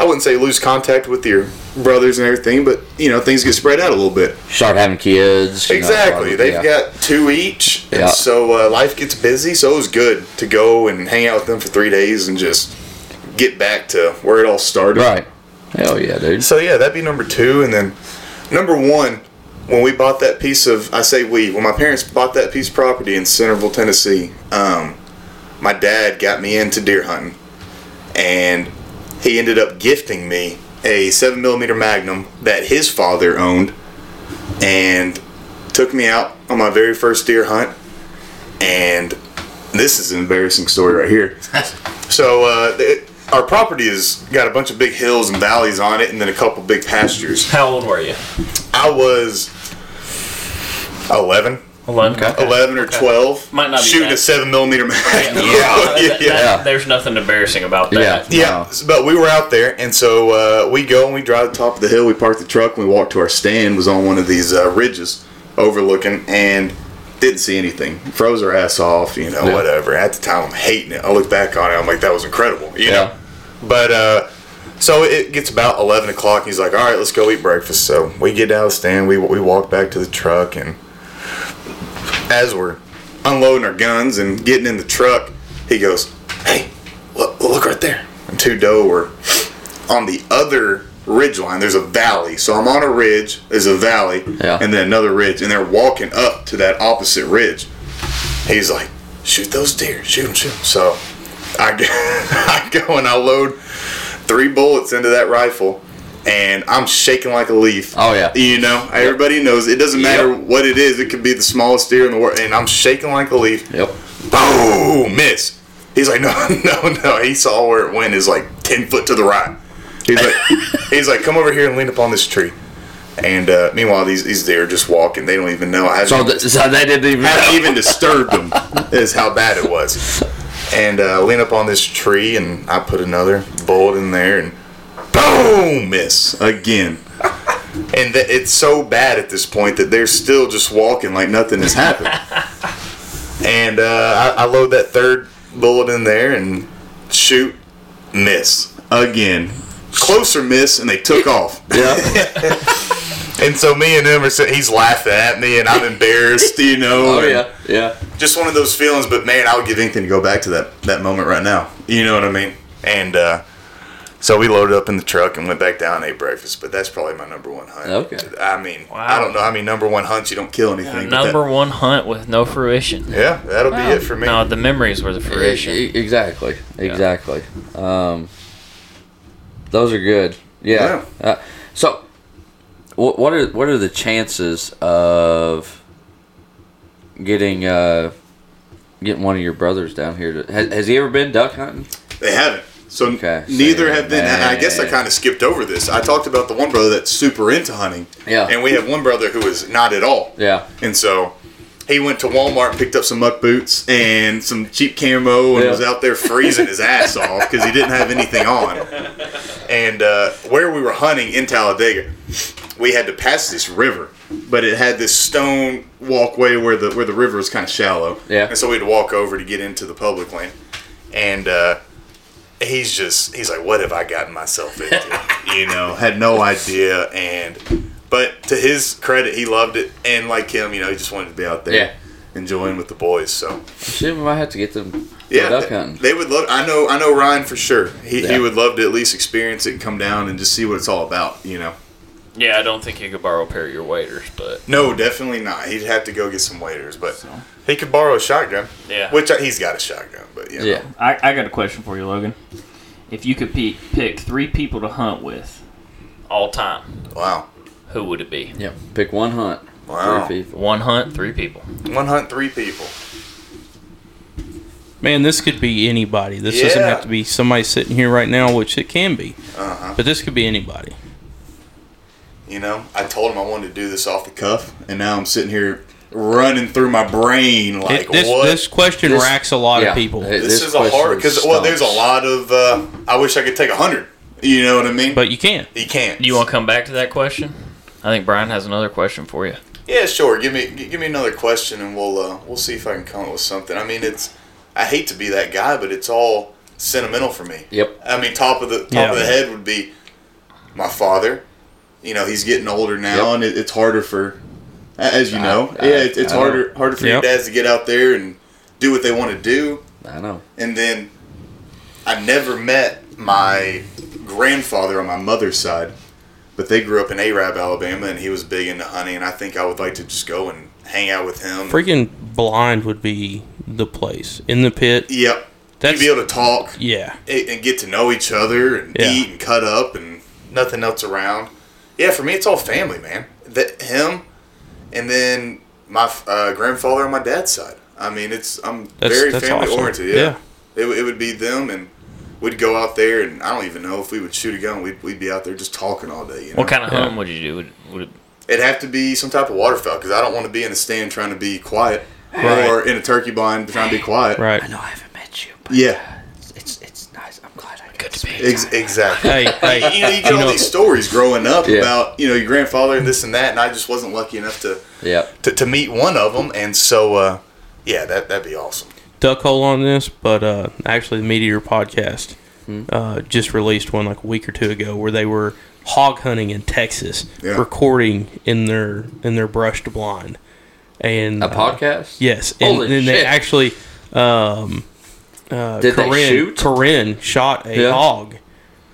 S1: I wouldn't say lose contact with your brothers and everything, but you know things get spread out a little bit.
S4: Start having kids. you know,
S1: Exactly.
S4: like,
S1: They've
S4: yeah.
S1: got two each, and
S4: Yeah.
S1: so uh, life gets busy. So it was good to go and hang out with them for three days and just get back to where it all started.
S4: Right. Hell yeah, dude.
S1: So yeah, that'd be number two, and then number one, when we bought that piece of, I say we, when my parents bought that piece of property in Centerville, Tennessee, um, my dad got me into deer hunting, and he ended up gifting me a seven millimeter Magnum that his father owned, and took me out on my very first deer hunt, and this is an embarrassing story right
S5: (laughs)
S1: here. So uh, it, our property has got a bunch of big hills and valleys on it, and then a couple big
S5: (laughs)
S1: pastures.
S5: How old were you?
S1: I was 11,
S5: 11. Okay.
S1: 11 or 12.
S5: Might not be
S1: shoot
S5: that.
S1: a seven
S5: (laughs)
S1: millimeter mag. (laughs) yeah, yeah.
S4: Yeah.
S5: There's nothing embarrassing about
S4: Yeah.
S5: that.
S1: Yeah,
S4: Wow.
S1: s- but we were out there, and so uh, we go and we drive to the top of the hill. We park the truck, and we walk to our stand. Was on one of these uh, ridges, overlooking, and didn't see anything. Froze our ass off, you know,
S4: Yeah.
S1: whatever. At the time, I'm hating it. I look back on it, I'm like, that was incredible, you
S4: Yeah.
S1: know. But uh, so it gets about eleven o'clock. And he's like, all right, let's go eat breakfast. So we get down the stand. We we walk back to the truck, and as we're unloading our guns and getting in the truck, he goes, "Hey, look, look right there." And two doe were on the other ridge line. There's a valley, so I'm on a ridge. There's a valley,
S4: Yeah.
S1: and then another ridge, and they're walking up to that opposite ridge. He's like, "Shoot those deer! Shoot them! Shoot them!" So I go, (laughs) I go and I load three bullets into that rifle. And I'm shaking like a leaf.
S4: Oh, yeah.
S1: You know, everybody knows it doesn't matter
S4: Yep.
S1: what it is. It could be the smallest deer in the world, and I'm shaking like a leaf.
S4: Yep.
S1: Boom! Miss. He's like, (laughs) no, no, no. He saw where it went is like ten foot to the right. He's
S4: (laughs)
S1: like, he's like, come over here and lean upon this tree. And uh, meanwhile, these these deer are just walking. They don't even know. I haven't,
S4: So, th- so they didn't even.
S1: haven't even disturbed them. Is how bad it was. And uh, lean up on this tree, and I put another bullet in there, and boom, miss again. And th- it's so bad at this point that they're still just walking like nothing has happened. and uh, I, I load that third bullet in there and shoot, miss again, closer miss, and they took off.
S4: (laughs) Yeah.
S1: And so me and him are sitting, he's laughing at me, and I'm embarrassed, you know.
S4: oh
S1: and
S4: yeah. Yeah.
S1: Just one of those feelings, but man, I would give anything to go back to that, that moment right now. You know what I mean? And uh, so we loaded up in the truck and went back down and ate breakfast, but that's probably my number one hunt.
S4: Okay.
S1: I mean, I don't know. I mean, number one hunts, you don't kill anything. but that-
S2: Number one hunt with no fruition.
S1: yeah, that'll be it for me.
S2: No, the memories were the
S4: E-
S2: fruition.
S4: e- Exactly. Exactly. Um, those are good. Yeah. Uh, so, wh- what are what are the chances of getting uh, getting one of your brothers down here? To, has, has he ever been duck hunting?
S1: They haven't. So
S4: Okay,
S1: neither
S4: so,
S1: have been. and I guess I
S4: man.
S1: kind of skipped over this. I talked about the one brother that's super into hunting.
S4: Yeah.
S1: And we have one brother who is not at all.
S4: Yeah.
S1: And so he went to Walmart, and picked up some muck boots and some cheap camo, and
S4: Yeah.
S1: was out there freezing his
S4: (laughs)
S1: ass off because he didn't have anything on. And uh, where we were hunting in Talladega, we had to pass this river, but it had this stone walkway where the where the river was kind of shallow.
S4: Yeah.
S1: And so we'd walk over to get into the public lane, and. Uh, he's just he's like what have i gotten myself into (laughs) you know had no idea and but to his credit he loved it and like him you know he just wanted to be out there
S4: Yeah.
S1: enjoying with the boys so
S4: Shit, we might have to get them
S1: yeah
S4: duck
S1: they,
S4: hunting.
S1: they would love i know i know ryan for sure he,
S4: Yeah.
S1: he would love to at least experience it and come down and just see what it's all about you know
S5: Yeah, I don't think you could borrow a pair of your waders, but
S1: no definitely not he'd have to go get some waiters but he could borrow a shotgun
S5: Yeah.
S1: which I, he's got a shotgun but you know.
S4: yeah.
S6: I, I got a question for you, Logan. If you could pe- pick three people to hunt with,
S5: all time,
S1: wow
S5: who would it be?
S4: Yeah. Pick one hunt.
S1: Wow.
S4: Three people.
S5: One hunt, three people.
S1: one hunt three people
S3: Man, this could be anybody. This doesn't
S1: Yeah.
S3: have to be somebody sitting here right now, which it can be.
S1: uh-huh
S3: But this could be anybody.
S1: You know, I told him I wanted to do this off the cuff, and now I'm sitting here running through my brain like,
S3: It- this
S1: what?
S3: this question
S4: This-
S3: racks a lot
S4: yeah.
S3: of people.
S4: Hey,
S1: this, is a
S4: question
S1: hard because well, there's a
S4: stumps.
S1: lot of. Uh, I wish I could take a hundred. You know what I mean?
S3: But you can't.
S1: you can't.
S5: Do you want to come back to that question? I think Brian has another question for you.
S1: Yeah, sure. Give me gi- give me another question, and we'll uh, we'll see if I can come up with something. I mean, it's I hate to be that guy, but it's all sentimental for me.
S4: Yep.
S1: I mean, top of the top
S3: Yeah.
S1: of the head would be my father. You know, he's getting older now,
S4: Yep.
S1: and it, it's harder for, a- as you know,
S4: I-
S1: yeah, it, it's
S4: I
S1: harder harder for your
S3: Yep.
S1: dads to get out there and do what they want to do.
S4: I know.
S1: And then I never met my grandfather on my mother's side, but they grew up in Arab, Alabama, and he was big into hunting. And I think I would like to just go and hang out with him.
S3: Freaking blind would be the place in the pit.
S1: Yep,
S3: That's
S1: be able to talk.
S3: yeah.
S1: and and get to know each other and
S3: Yeah.
S1: eat and cut up and nothing else around. Yeah, for me, it's all family, man. That him, and then my f- uh, grandfather on my dad's side. I mean, it's I'm
S3: That's-
S1: very
S3: that's
S1: family
S3: awesome.
S1: oriented. Yeah,
S3: Yeah.
S1: It, w- it would be them, and we'd go out there, and I don't even know if we would shoot a gun. We'd, we'd be out there just talking all day. You know?
S5: What kind of hunt would you do? Would, would it,
S1: It'd have to be some type of waterfowl because I don't want to be in a stand trying to be quiet,
S3: Right.
S1: or in a turkey blind trying to be quiet.
S3: Right.
S4: know I haven't met you, but
S1: Yeah,
S4: it's it's nice. I'm glad I could be.
S1: ex- exactly.
S4: (laughs)
S3: Hey, hey.
S1: you know, you get
S3: You
S1: all
S3: know-
S1: these stories growing up
S4: Yeah.
S1: about you know your grandfather and this and that, and I just wasn't lucky enough to
S4: Yep.
S1: to, to meet one of them, and so uh, yeah, that that'd be awesome.
S3: duck hole on this, but uh, actually, the Meteor podcast
S4: Hmm.
S3: uh, just released one like a week or two ago where they were hog hunting in Texas,
S1: Yeah.
S3: recording in their in their brush to blind, and
S4: A
S3: uh,
S4: podcast?
S3: yes, and,
S4: Holy
S3: then they
S4: shit.
S3: actually um, uh,
S4: Did they
S3: Corinne,
S4: shoot?
S3: Corinne shot a
S4: Yeah.
S3: hog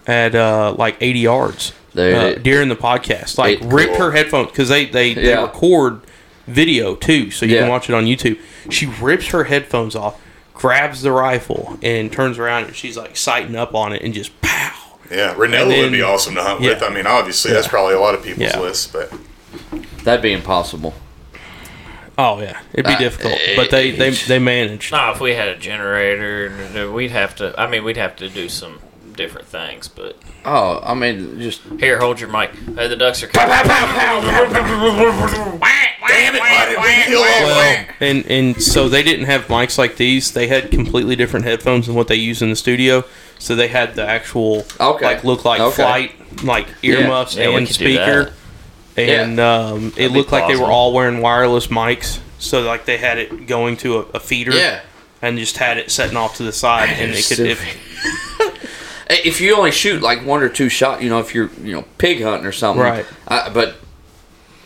S3: at uh, like eighty yards
S4: Dude,
S3: uh,
S4: it-
S3: during the podcast, like
S4: it-
S3: ripped her headphones because they they, they
S4: Yeah.
S3: record video too, so you
S4: Yeah.
S3: can watch it on YouTube. She rips her headphones off, grabs the rifle, and turns around and she's like sighting up on it and just pow.
S1: Yeah, Renella
S3: And then-
S1: would be awesome to hunt with.
S3: yeah.
S1: I mean, obviously that's probably a lot of people's
S3: Yeah.
S1: list, but
S4: That'd be impossible.
S3: Oh yeah, it'd be
S4: Uh,
S3: difficult, but they they they managed.
S5: nah, if we had a generator, we'd have to. I mean, we'd have to do some different things. But
S4: Oh, I mean, just
S5: here, hold your mic. Hey, the ducks are coming.
S1: damn it, why did we kill all
S3: Well, and and so they didn't have mics like these. They had completely different headphones than what they use in the studio. So they had the actual
S4: Okay.
S3: like look like
S4: Okay.
S3: flight like earmuffs
S5: Yeah, we
S3: and
S5: could do that.
S3: speaker, and um, it
S5: be
S3: looked like they were
S5: plausible.
S3: all wearing wireless mics. So like they had it going to a, a feeder,
S4: Yeah.
S3: and just had it setting off to the side, and it could if
S4: if you only shoot like one or two shot, you know, if you're you know pig hunting or something,
S3: Right.
S4: Uh, but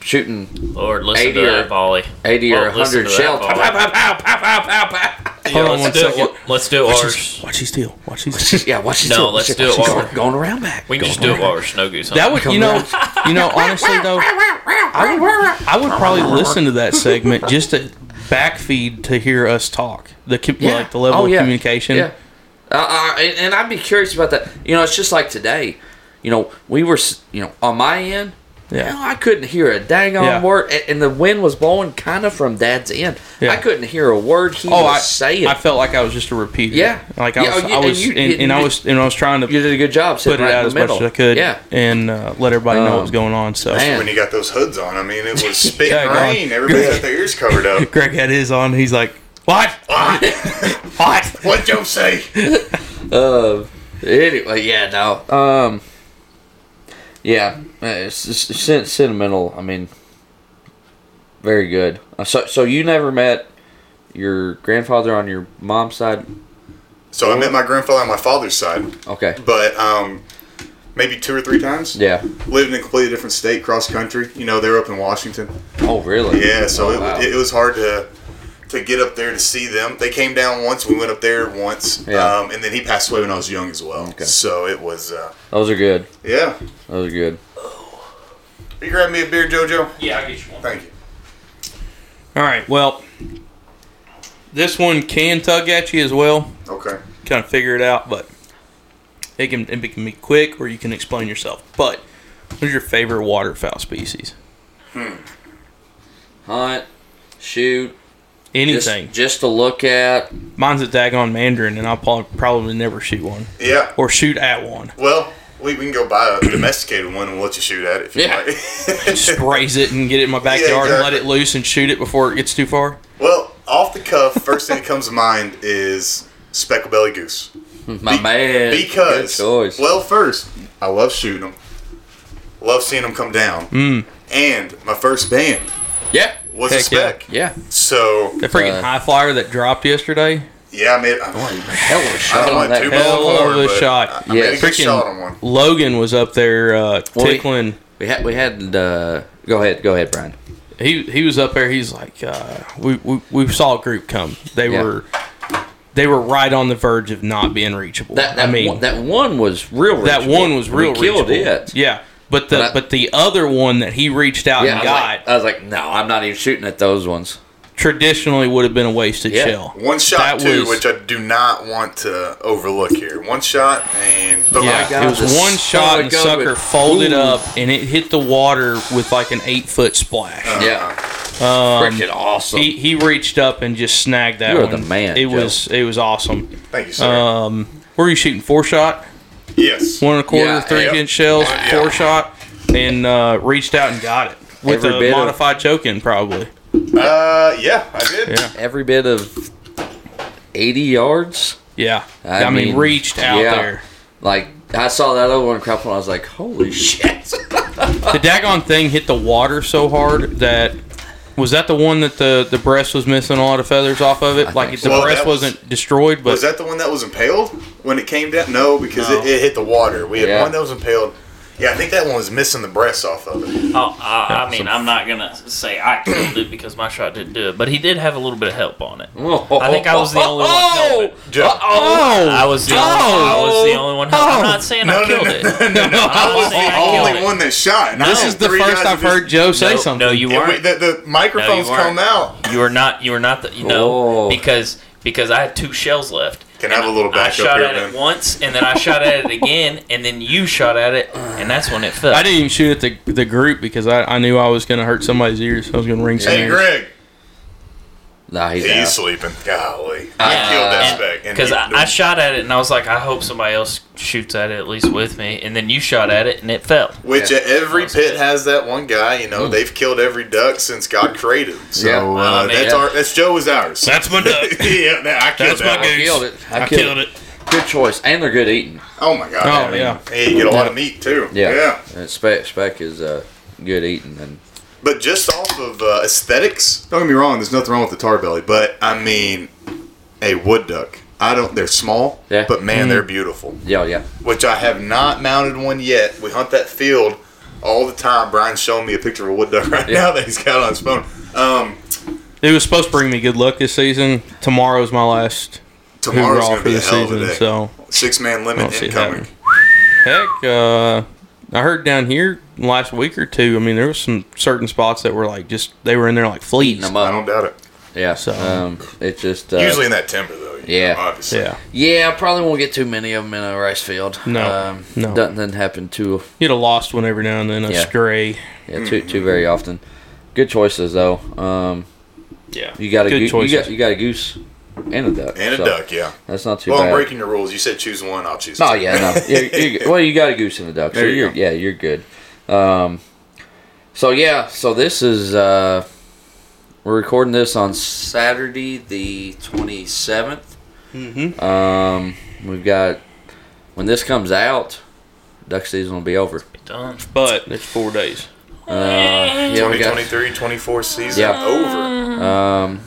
S4: shooting
S5: Lord, listen to
S4: 80 or-
S5: that volley.
S4: eighty or
S5: Well, listen
S4: hundred
S5: to that
S4: shells,
S5: volley.
S4: pow, pow, pow, pow, pow, pow, pow.
S5: Yeah,
S3: Hold on one
S5: let's do
S3: second.
S5: it. Let's do it, Walrus.
S3: Watch his deal. Watch
S5: (laughs)
S4: (laughs)
S3: his.
S4: yeah, watch this.
S5: No,
S4: deal.
S5: let's
S4: Watch
S5: do
S4: Watch
S5: it while we're-
S4: Going, going around back.
S5: We can
S4: Going
S5: just do it
S4: around.
S5: Walrus. No goose.
S3: That would you know you know honestly though I would, I would probably listen to
S4: (laughs)
S3: that segment just to backfeed to hear us talk the com-
S4: Yeah.
S3: like the level
S4: Oh, yeah.
S3: of communication.
S4: Yeah. Uh, uh, and, and I'd be curious about that. You know, it's just like today. You know, we were s- you know on my end.
S3: Yeah.
S4: hell, I couldn't hear a dang on
S3: Yeah.
S4: word, and, and the wind was blowing kind of from Dad's end.
S3: Yeah.
S4: I couldn't hear a word he
S3: Oh,
S4: was
S3: I,
S4: saying.
S3: I felt like I was just a repeater.
S4: Yeah.
S3: like I
S4: Yeah,
S3: was,
S4: oh, you-
S3: I
S4: and
S3: was,
S4: you-
S3: and, and,
S4: you-
S3: I was, and I was trying to
S4: you did a good job
S3: put
S4: sitting
S3: it
S4: right in
S3: out
S4: the
S3: as much
S4: middle.
S3: as I could,
S4: Yeah, Um,
S3: and uh, let everybody know what was going on. So, (laughs)
S4: man.
S1: When you got those hoods on, I mean, it (laughs) was spitting
S3: Yeah, God.
S1: rain. Everybody got their ears covered (laughs) up.
S3: Greg had his on. He's like, "What? What?
S1: What Joe say?
S4: Uh, anyway, yeah, no. Um, yeah, uh, it's, it's, sen- sentimental. I mean, very good. Uh, so, so you never met your grandfather on your mom's side?
S1: So I met my grandfather on my father's side,
S4: Okay.
S1: but um, maybe two or three times.
S4: Yeah.
S1: Lived in a completely different state, cross country. You know, they were up in Washington.
S4: Oh, really?
S1: Yeah, so
S4: Oh,
S1: it,
S4: wow.
S1: it, was hard to to get up there to see them. They came down once. We went up there once,
S4: Yeah.
S1: um, and then he passed away when I was young as well.
S4: Okay.
S1: So it was, uh,
S4: Those are good.
S1: yeah.
S4: Those are good.
S1: You grab me a beer, JoJo.
S6: Yeah, I'll get you one.
S1: Thank you.
S3: All right. Well, this one can tug at you as well.
S1: Okay.
S3: Kind of figure it out, but it can it can be quick, or you can explain yourself. But what's your favorite waterfowl species?
S4: Hunt, shoot, just,
S3: Anything.
S4: just to look at.
S3: Mine's a dagon mandarin, and I'll prob- probably never shoot one
S1: Yeah.
S3: or shoot at
S1: (laughs)
S3: one.
S1: Well, we, we can go buy a domesticated one and we'll let you shoot at it. If you
S4: Yeah.
S1: (laughs) like.
S3: Sprays it and get it in my backyard and let
S1: exactly.
S3: it loose and shoot it before it gets too far.
S1: well, off the cuff, first thing that comes to mind is speckled belly goose.
S4: My
S1: Be-
S4: man.
S1: Because,
S4: Good choice.
S1: well, first, I love shooting them. Love seeing them come down. And my first band
S4: Mm. yeah.
S1: was a
S3: Heck yeah.
S1: spec.
S4: Yeah.
S1: So,
S3: The freaking
S4: Uh,
S3: high flyer that dropped yesterday.
S1: yeah, I made, I don't,
S4: Hell of a
S1: I
S4: shot
S1: don't
S4: on
S1: want two
S4: that.
S3: ball.
S1: balls
S3: Hell of
S1: hard,
S3: a
S1: but
S3: shot.
S1: I, I made a
S4: Yeah,
S1: good
S3: freaking-
S1: shot on one.
S3: Logan was up there uh,
S4: Well, he-
S3: tickling.
S4: We had, we had, uh, go ahead, go ahead, Brian.
S3: he he was up there. He's like, uh, we, we we saw a group come. They
S4: Yeah.
S3: were they were right on the verge of not being reachable.
S4: That, that
S3: I mean,
S4: one, that one was real.
S3: that
S4: reachable.
S3: one was real
S4: We killed
S3: reachable.
S4: it.
S3: Yeah, but the
S4: But I-
S3: but the other one that he reached out
S4: Yeah,
S3: and
S4: I was,
S3: got
S4: like, uh, I was like, no, I'm not even shooting at those ones.
S3: traditionally would have been a wasted
S4: Yeah.
S3: shell.
S1: One shot,
S3: That
S1: too,
S3: was-
S1: which I do not want to overlook here. One shot and boom.
S3: Yeah,
S4: God,
S3: it was
S4: the
S3: one
S4: son
S3: shot
S4: of
S3: and the
S4: God
S3: sucker
S4: would-
S3: folded
S4: Ooh.
S3: up and it hit the water with like an eight foot splash.
S4: Uh, Yeah,
S3: Um,
S4: freaking awesome.
S3: he he reached up and just snagged that.
S4: You are
S3: one.
S4: the man,
S3: It
S4: Joe.
S3: was it was awesome.
S1: Thank you, sir.
S3: Um, were you shooting four shot?
S1: yes.
S3: one and a quarter,
S4: Yeah,
S3: three
S1: yep.
S3: inch shells,
S1: Yeah.
S3: four shot, and uh, reached out and got it with
S4: Every bit
S3: a
S4: of-
S3: modified choke in, probably.
S1: Uh, yeah, I did.
S3: Yeah.
S4: Every bit of eighty yards.
S3: Yeah, I,
S4: I
S3: mean,
S4: mean,
S3: reached out
S4: yeah.
S3: there.
S4: Like I saw that other one crap, and I was like, holy shit.
S3: The daggone thing hit the water so hard that was that the one that the the breast was missing a lot of feathers off of it. like
S4: think
S3: the
S1: so. Well,
S3: breast
S1: that was-
S3: was, not destroyed, but
S1: Was that the one that was impaled when it came down? No, because It, it hit the water. We had
S4: Yeah.
S1: one that was impaled. Yeah, I think that one was missing the breast off of it.
S5: Oh, I, I mean, I'm not gonna say I killed it because my shot didn't do it, but he did have a little bit of help on it. I think I was the only one helping.
S1: Joe.
S3: oh,
S5: I was the only, I was the only one helping. I'm not saying I
S6: (laughs)
S5: killed
S3: (laughs)
S5: it. I was saying I
S1: only
S5: killed it.
S1: one that shot. and I
S3: this
S1: had
S3: is the
S1: three
S3: first
S1: guys
S3: I've
S1: that
S3: heard Joe say
S5: No,
S3: something.
S5: No, you
S1: Just,
S5: weren't.
S1: it, the, the microphones
S5: weren't.
S1: come out.
S5: You were not. You were not the. You know
S4: Oh.
S5: because because I had two shells left.
S1: Can I have a little
S5: I
S1: backup
S5: shot
S1: here,
S5: at
S1: man?
S5: it once, and then I shot at it again, and then you shot at it, and that's when it fell.
S3: I didn't even shoot at the, the group because I, I knew I was going to hurt somebody's ears. I was going to ring some
S1: Hey,
S3: ears.
S1: Greg.
S4: (laughs) Nah, he's
S1: He's
S4: out.
S1: sleeping. Golly.
S4: Yeah.
S1: I killed that spec. and
S5: Because
S1: he-
S5: I, I shot at it, and I was like, I hope somebody else shoots at it at least with me, and then you shot at it, and it fell.
S1: Which uh,
S4: Yeah.
S1: every pit has that one guy. You know, they've killed every duck since God created. 'em. So
S4: Yeah.
S1: uh,
S5: I mean,
S1: that's
S4: yeah.
S1: our. That's Joe is ours. (laughs)
S3: That's my
S5: (laughs)
S3: duck.
S1: yeah, that- I killed
S3: That's
S1: that.
S3: my
S1: one.
S3: goose.
S4: I killed it. I,
S3: I
S4: killed,
S3: killed
S4: it.
S3: it.
S4: Good choice, and they're good eating.
S1: Oh my god.
S3: Oh,
S1: I mean,
S3: yeah.
S1: Hey, you get a lot
S3: Yeah.
S1: of meat too.
S4: Yeah,
S1: yeah.
S4: And spec spec is uh, good eating, and
S1: But just off of uh, aesthetics, don't get me wrong. There's nothing wrong with the tar belly, but I mean, a wood duck. I don't. They're small,
S4: Yeah.
S1: but man, they're beautiful.
S4: Yeah, yeah.
S1: Which I have not mounted one yet. We hunt that field all the time. Brian's showing me a picture of a wood duck right now that he's got on his phone. Um,
S3: It was supposed to bring me good luck this season. Tomorrow's my last
S1: tomorrow's
S3: hoorah
S1: gonna
S3: for
S1: be
S3: the
S1: a hell of a
S3: season.
S1: day.
S3: So
S1: Six man
S3: I
S1: limit
S3: don't see it
S1: incoming.
S3: happening. heck, uh, I heard down here last week or two. I mean, there was some certain spots that were like just they were in there like
S4: Fleeting
S3: fleas.
S4: them
S1: I
S4: up.
S1: don't doubt it.
S4: Yeah.
S3: So-
S4: Um, it's just uh,
S1: Usually in that timber though. you
S4: yeah.
S1: know, obviously.
S3: Yeah,
S4: Yeah, I probably won't get too many of them in a rice field.
S3: No,
S4: um,
S3: no.
S4: doesn't, doesn't happen too
S3: you'd have lost one every now and then. A
S4: Yeah.
S3: stray.
S4: yeah too too very
S1: Mm-hmm.
S4: often. Good choices though. Um,
S3: Yeah,
S4: you got a
S3: Good
S4: goo- you got
S3: choices.
S4: you got a goose and a duck
S1: And a
S4: so
S1: duck, yeah.
S4: That's not too
S1: Well, I'm
S4: bad.
S1: breaking your rules. You said choose one. I'll choose.
S4: No,
S1: two. (laughs)
S4: yeah, no. You're, you're, good. well, you got a goose and a duck, so
S1: There you
S4: you're,
S1: go.
S4: yeah, you're good. Um, so yeah, so this is uh, we're recording this on Saturday the twenty seventh.
S3: Mm-hmm.
S4: Um, we've got when this comes out, duck season will be over.
S5: Done.
S3: But there's four days.
S4: Uh, yeah, we got
S1: 2023-24 season
S4: Yeah.
S1: over.
S4: um,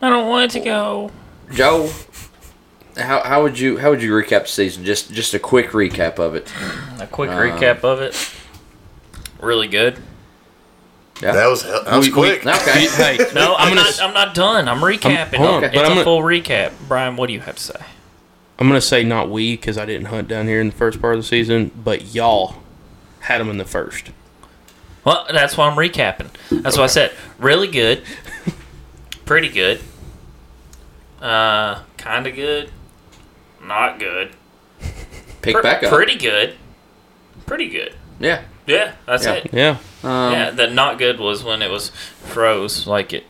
S5: I don't want it to go.
S4: Joe. How, how would you how would you recap the season? Just just a quick recap of it.
S5: A quick
S4: Uh,
S5: recap of it. Really good.
S1: That was hell- that was
S3: We- we-
S1: quick.
S4: Okay.
S3: Hey,
S5: No,
S3: I'm
S5: I'm,
S3: gonna
S5: not.
S3: s-
S5: I'm not done. I'm recapping.
S3: hold on,
S5: it's
S3: but
S5: a
S3: I'm gonna-
S5: full recap. Brian, what do you have to say?
S3: I'm gonna say not we because I didn't hunt down here in the first part of the season, but y'all had them in the first.
S5: Well, that's why I'm recapping. That's why I said really good, pretty good, uh, kind of good, not good,
S4: Pick
S5: Pre-
S4: back up.
S5: pretty good, pretty good.
S4: Yeah.
S5: Yeah, that's
S4: Yeah.
S5: it.
S3: Yeah,
S4: Um,
S5: yeah, the not good was when it was froze like it.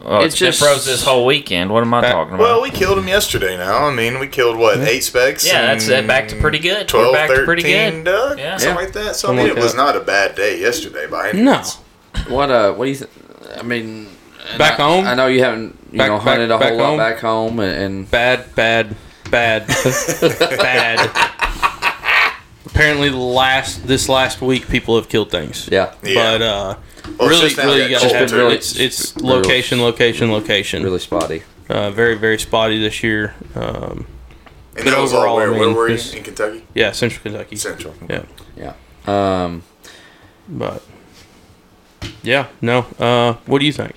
S5: Well,
S4: It's
S5: it's
S4: just-
S5: been froze this whole weekend. What am I
S3: Back-
S5: talking
S1: (laughs)
S5: about?
S1: Well, we killed him yesterday. Now, I mean, we killed what eight specs.
S5: Yeah, that's it. Back to pretty good. We're
S1: 12,
S5: back to pretty
S1: 13
S5: good.
S1: duck,
S5: Yeah.
S1: something like that. So I
S3: Something
S1: mean,
S3: like
S1: it was
S3: that.
S1: not a bad day yesterday by any
S3: no,
S1: means.
S4: What uh? What do you? Th- I mean, and
S3: Back
S4: I-
S3: home?
S4: I know you haven't you
S3: Back-
S4: know hunted
S3: back-
S4: a whole
S3: back
S4: lot
S3: home?
S4: back home, and,
S3: bad, bad,
S1: (laughs)
S3: bad, bad. Apparently, the last this last week, people have killed things.
S4: and yeah,
S1: Yeah.
S3: But uh,
S1: Well, it's
S3: really,
S1: just now
S3: really,
S1: got
S3: you got
S1: cold,
S3: to have
S4: been really-
S3: it's, it's
S4: real-
S3: location, location, location.
S4: really spotty.
S3: Uh, very, very spotty this year. Um,
S1: And
S3: but
S1: that was all
S3: overall,
S1: where,
S3: I
S1: where
S3: mean,
S1: were you
S3: it's-
S1: in Kentucky?
S3: yeah, Central Kentucky.
S1: Central.
S3: Yeah,
S4: Yeah. Um.
S3: but yeah, no. Uh, what do you think?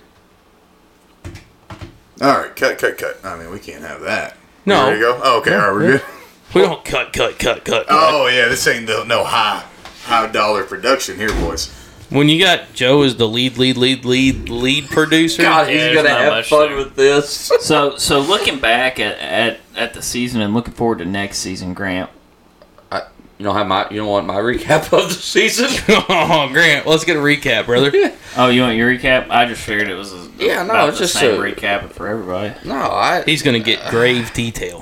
S1: All right, cut, cut, cut. I mean, we can't have that.
S3: No.
S1: There you go. Oh, okay, all right, we're good.
S3: We don't cut, cut, cut, cut.
S1: (laughs) Oh yeah, this ain't no, no high high dollar production here, boys.
S3: When you got Joe as the lead, lead, lead, lead, lead producer,
S4: God, he's
S5: there's
S4: gonna
S5: not
S4: have
S5: much
S4: fun
S5: there.
S4: with this. (laughs)
S6: So, so looking back at, at, at the season and looking forward to next season, Grant,
S4: You don't have my. You don't want my recap of the season.
S3: (laughs) oh Grant, let's get a recap,
S1: (laughs)
S3: brother.
S6: Oh, you want your recap? I just figured it was a,
S4: Yeah, no,
S6: about
S4: it's
S6: the
S4: just
S6: same
S4: a-
S6: recap for everybody.
S4: No, I.
S3: He's gonna get grave detail.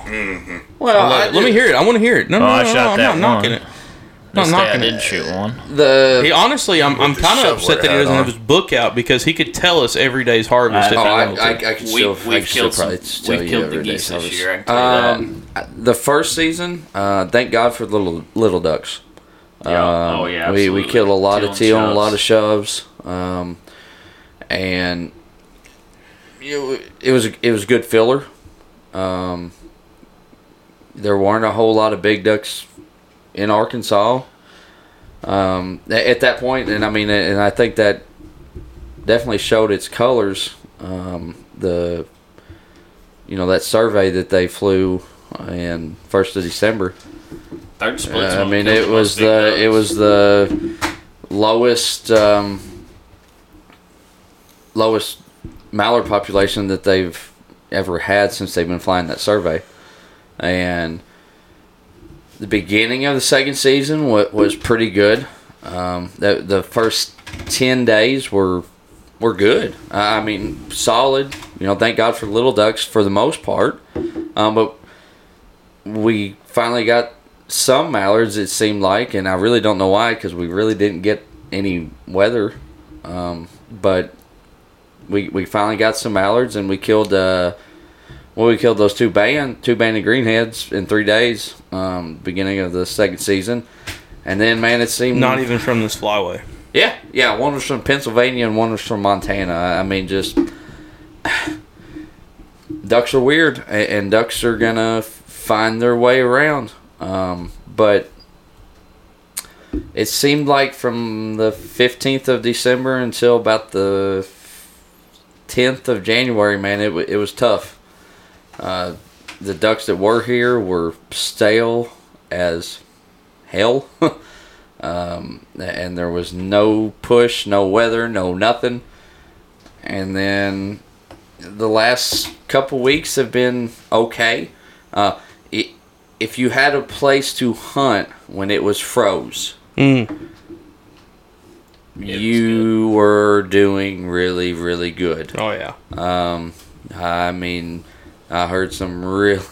S4: well,
S3: I love
S4: I
S3: it. Let me
S4: did-
S3: hear it. I want to hear it. No, no,
S5: Oh,
S3: no,
S5: I
S3: no,
S5: shot
S3: I'm not
S5: that
S3: knocking
S5: one.
S3: it. Not
S5: This day I
S3: knocking
S5: did
S3: it.
S5: shoot one.
S3: He,
S4: the. oh,
S3: honestly, I'm, I'm
S1: the
S3: kind
S1: shovel
S3: of upset that he
S1: hat
S3: doesn't
S1: on.
S3: have his book out because he could tell us every day's harvest. if
S4: Oh,
S3: he
S4: I,
S3: wanted
S4: I,
S3: to.
S4: I could
S6: We-
S4: still, I
S6: we've
S4: could still
S6: killed some-
S4: probably tell
S6: we've
S4: you
S6: killed the
S4: every day
S6: geese this
S4: service.
S6: year, I can tell you
S4: Um, the first season, uh, thank God for the little little ducks.
S6: Yeah.
S4: Um,
S6: Oh, yeah,
S4: We, we
S6: absolutely.
S4: killed a lot of teal
S6: Teal
S4: and a
S6: and
S4: lot of shoves, um, and you know, it was it was good filler. Um, there weren't a whole lot of big ducks in Arkansas um, a- at that point, and I mean, and I think that definitely showed its colors. Um, the you know that survey that they flew in first of December.
S6: Third
S4: Uh,
S6: split's
S4: I
S6: one
S4: mean,
S6: killed
S4: it
S6: the most
S4: was
S6: big
S4: the
S6: dogs.
S4: it was the lowest um, lowest mallard population that they've ever had since they've been flying that survey, and the beginning of the second season was, was pretty good. Um, the the first ten days were were good. I I mean, solid. You know, thank God for little ducks for the most part, um, but we finally got some mallards it seemed like and i really don't know why because we really didn't get any weather um, but we we finally got some mallards and we killed uh well we killed those two band two banded greenheads in three days um, beginning of the second season and then man it seemed
S3: Not even from this flyway.
S4: yeah, yeah. One was from Pennsylvania and one was from Montana. I I mean, just (sighs) ducks are weird, a- and ducks are gonna f- find their way around. Um, but it seemed like from the fifteenth of December until about the tenth of January, man, it w- it was tough. Uh, the ducks that were here were stale as hell. (laughs) um, and there was no push, no weather, no nothing. And then the last couple weeks have been okay. Uh, i if you had a place to hunt when it was froze,
S3: Mm.
S4: you were doing really, really good.
S3: Oh yeah.
S4: Um, I mean, I heard some real,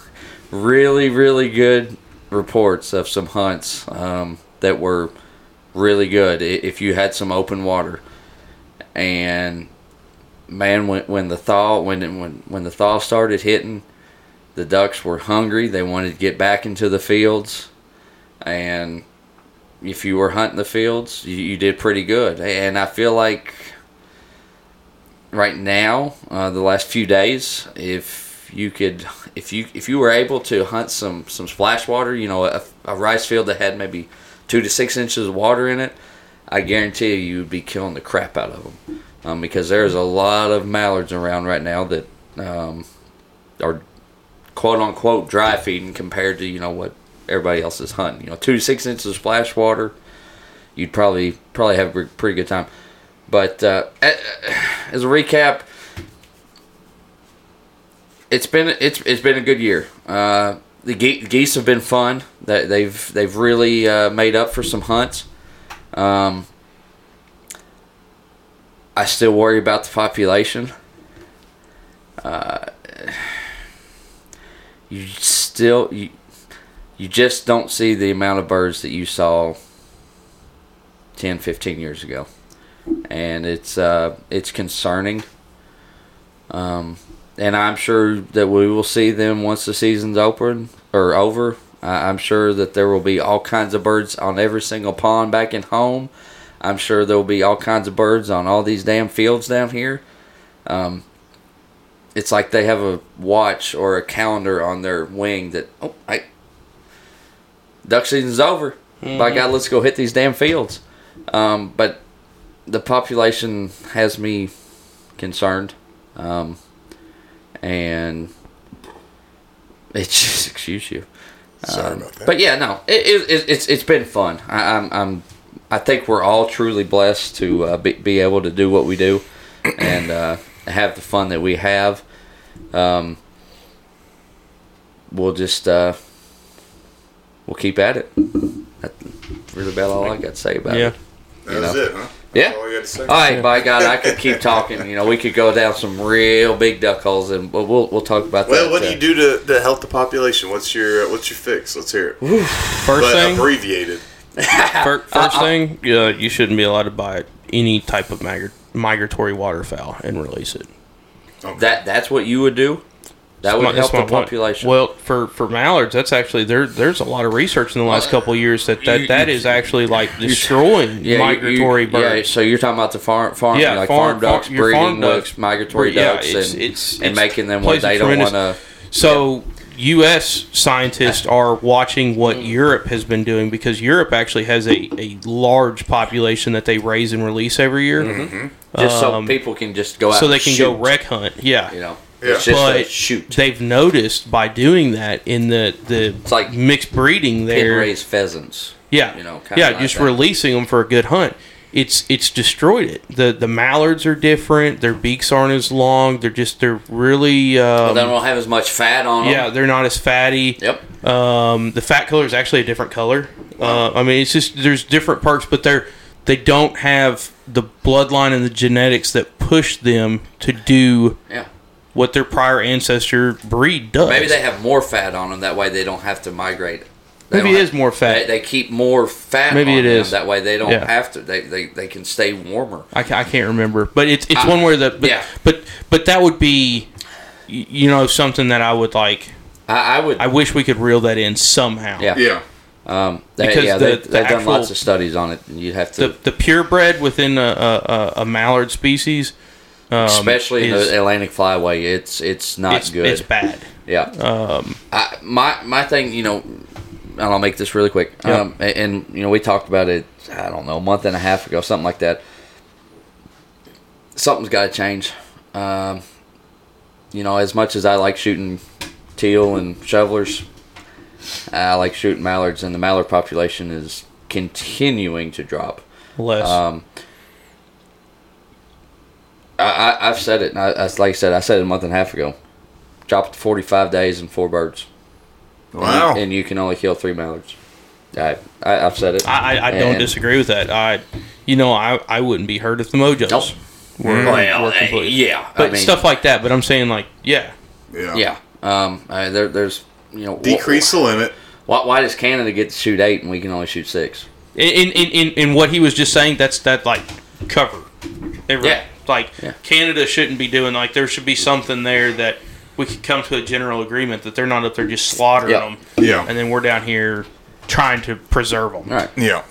S4: really, really good reports of some hunts um, that were really good. i- If you had some open water, and man, when when the thaw when when when the thaw started hitting, the ducks were hungry. They wanted to get back into the fields, and if you were hunting the fields, you, you did pretty good. And I feel like right now, uh, the last few days, if you could, if you if you were able to hunt some some splash water, you know, a, a rice field that had maybe two to six inches of water in it, I guarantee you, you would be killing the crap out of them, um, because there's a lot of mallards around right now that um, are quote unquote dry feeding compared to you know what everybody else is hunting. You know, two to six inches of splash water, you'd probably probably have a pretty good time. But uh, a- as a recap, it's been it's it's been a good year. Uh, the ge- geese have been fun. They, they've they've really uh, made up for some hunts. Um, I still worry about the population. Uh, you still you, you just don't see the amount of birds that you saw 10, 15 years ago and it's uh, it's concerning. Um, and I'm sure that we will see them once the season's open or over. I I'm sure that there will be all kinds of birds on every single pond back in home. I'm sure there will be all kinds of birds on all these damn fields down here. Um, it's like they have a watch or a calendar on their wing that oh, I, duck season's over. By God, let's go hit these damn fields. Um, but the population has me concerned, um, and it (laughs) just excuse you.
S1: Sorry
S4: Um,
S1: about that.
S4: But yeah, no, it, it, it, it's it's been fun. I, I'm I'm I think we're all truly blessed to uh, be, be able to do what we do and uh, have the fun that we have. Um, we'll just uh, we'll keep at it. That's really about all I got to say about
S3: Yeah.
S4: it.
S1: that was
S4: know.
S1: it, huh?
S4: Yeah.
S1: That's all you had to say.
S4: All right, by God, I could keep talking. You know, we could go down some real big duck holes, and we'll we'll, we'll talk about
S1: well,
S4: that.
S1: what do
S4: uh,
S1: you do to, to help the population? What's your uh, what's your fix? Let's hear it.
S3: First
S1: but
S3: thing,
S1: abbreviated.
S3: fir- first thing, uh, you shouldn't be allowed to buy any type of magr- migratory waterfowl and release it.
S1: Okay.
S4: That that's what you would do. That would
S3: My- that's
S4: help the
S3: my point.
S4: population.
S3: Well, for, for mallards, that's actually there. There's a lot of research in the last couple of years that that,
S4: Oh, you-
S3: that is actually like destroying
S4: you-
S3: migratory
S4: you- Yeah,
S3: birds.
S4: so you're talking about the farm, farm,
S3: Yeah,
S4: like
S3: farm-
S4: farm,
S3: farm-
S4: ducks
S3: your
S4: breeding
S3: farm
S4: with
S3: ducks.
S4: migratory
S3: Yeah,
S4: ducks
S3: it's-
S4: and,
S3: it's-
S4: and
S3: it's-
S4: making them what
S3: plays a
S4: they don't
S3: tremendous-
S4: want to.
S3: So U.S. scientists are watching what
S4: Mm.
S3: Europe has been doing because Europe actually has a, a large population that they raise and release every year,
S4: Just
S3: Um,
S4: so people can just go out.
S3: so they
S4: and
S3: can
S4: Mm-hmm. shoot,
S3: go wreck hunt. Yeah.
S4: You know,
S1: Yeah.
S4: it's just a
S3: But
S4: shoot.
S3: They've noticed by doing that in the the
S4: like
S3: mixed
S4: Pin
S3: breeding there,
S4: raised pheasants.
S3: yeah,
S4: you know, kinda
S3: yeah,
S4: like
S3: just
S4: that.
S3: releasing them for a good hunt. It's it's destroyed it. the The mallards are different. Their beaks aren't as long. They're just they're really um,
S4: they don't have as much fat on them.
S3: yeah. They're not as fatty.
S4: Yep.
S3: Um, the fat color is actually a different color. Uh, I mean, it's just there's different parts, but they're they don't have the bloodline and the genetics that push them to do
S4: Yeah.
S3: what their prior ancestor breed does.
S4: Maybe they have more fat on them. That way they don't have to migrate. They
S3: Maybe
S4: don't
S3: it
S4: have-
S3: is more fat.
S4: They, they keep more fat.
S3: Maybe
S4: on
S3: it
S4: them.
S3: is.
S4: That way they don't
S3: Yeah.
S4: have to. They, they they can stay warmer.
S3: I, ca- I can't remember, but it's it's
S4: I-
S3: one where the but,
S4: yeah.
S3: but but that would be y- you know something that I would like.
S4: I, I would.
S3: I wish we could reel that in somehow.
S4: yeah.
S1: yeah.
S4: Um, they,
S3: Because
S4: yeah,
S3: the-
S4: they,
S3: the
S4: they've done
S3: actual-
S4: lots of studies on it, and you'd have to.
S3: The the purebred within a, a, a, a mallard species, um,
S4: especially in
S3: is-
S4: the Atlantic Flyway. It's it's not
S3: it's,
S4: good.
S3: it's bad.
S4: yeah.
S3: Um,
S4: I, my my thing, you know, and I'll make this really quick.
S3: Yeah.
S4: Um, and, and, you know, we talked about it. I don't know, a month and a half ago, something like that. Something's got to change. Um, you know, as much as I like shooting teal and shovelers, I like shooting mallards, and the mallard population is continuing to drop.
S3: less.
S4: Um, I, I I've said it. And I, I like I said, I said it a month and a half ago. Dropped forty five days and four birds.
S1: Wow.
S4: And, you can only kill three mallards. I, I I've said it.
S3: I, I, I don't
S4: And-
S3: disagree with that. I, you know, I, I wouldn't be hurt if the mojos
S4: Nope.
S3: were,
S4: Well,
S3: were
S4: eh,
S3: complete.
S4: yeah, I
S3: but
S4: mean-
S3: stuff like that. But I'm saying like, yeah,
S1: Yeah.
S4: Yeah. Um. I, there, there's you know wh-
S1: Decrease the limit.
S4: Why, why does Canada get to shoot eight and we can only shoot six?
S3: in in, in, in what he was just saying, that's that like cover. Every,
S4: Yeah.
S3: Like
S4: Yeah.
S3: Canada shouldn't be doing like there should be something there that we could come to a general agreement that they're not up there just slaughtering
S4: Yeah.
S3: them,
S1: Yeah.
S3: and then we're down here trying to preserve them.
S4: All right.
S1: yeah.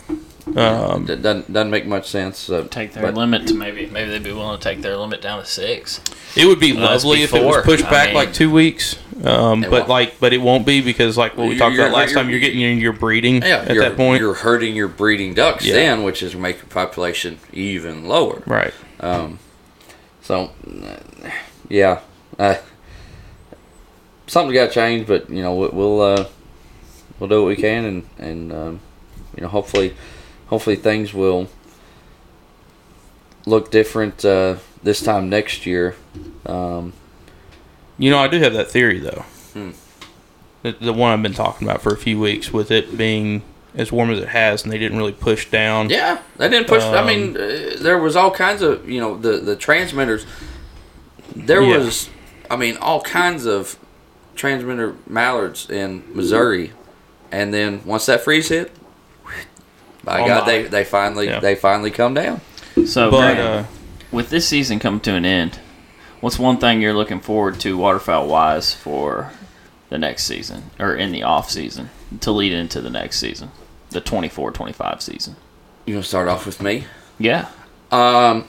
S3: Um,
S4: That doesn't doesn't make much sense. So,
S5: Take their
S4: but-
S5: limit to maybe maybe they'd be willing to take their limit down to six.
S3: It would be
S5: Well, that's
S3: lovely if it was
S5: before.
S3: pushed
S5: I
S3: back
S5: mean-
S3: like two weeks, um, but
S4: won't.
S3: like, but it won't be because like what we
S4: You're-
S3: talked about
S4: you're-
S3: last time,
S4: you're-
S3: you're getting in your breeding
S4: Yeah,
S3: at
S4: you're,
S3: that point,
S4: you're hurting your breeding ducks
S3: Yeah.
S4: then, which is make your population even lower.
S3: right?
S4: Um, so, uh, yeah, uh, something's got to change, but you know we- we'll uh, we'll do what we can, and and um, you know hopefully hopefully things will look different uh, this time next year. Um,
S3: You know, I do have that theory though,
S4: Hmm.
S3: the, the one I've been talking about for a few weeks, with it being as warm as it has, and they didn't really push down.
S4: yeah, they didn't push. I mean,
S3: Um,
S4: uh, there was all kinds of you know the the transmitters. There
S3: Yeah.
S4: was, I mean, all kinds of transmitter mallards in Missouri, and then once that freeze hit, by
S3: Oh
S4: God,
S3: my.
S4: they they finally
S3: Yeah.
S4: they finally come down.
S6: So,
S3: but
S6: Grant,
S3: uh,
S6: with this season coming to an end, what's one thing you're looking forward to waterfowl wise for the next season or in the off season to lead into the next season, the 24-25 season?
S4: You gonna start off with me?
S6: Yeah.
S4: Um,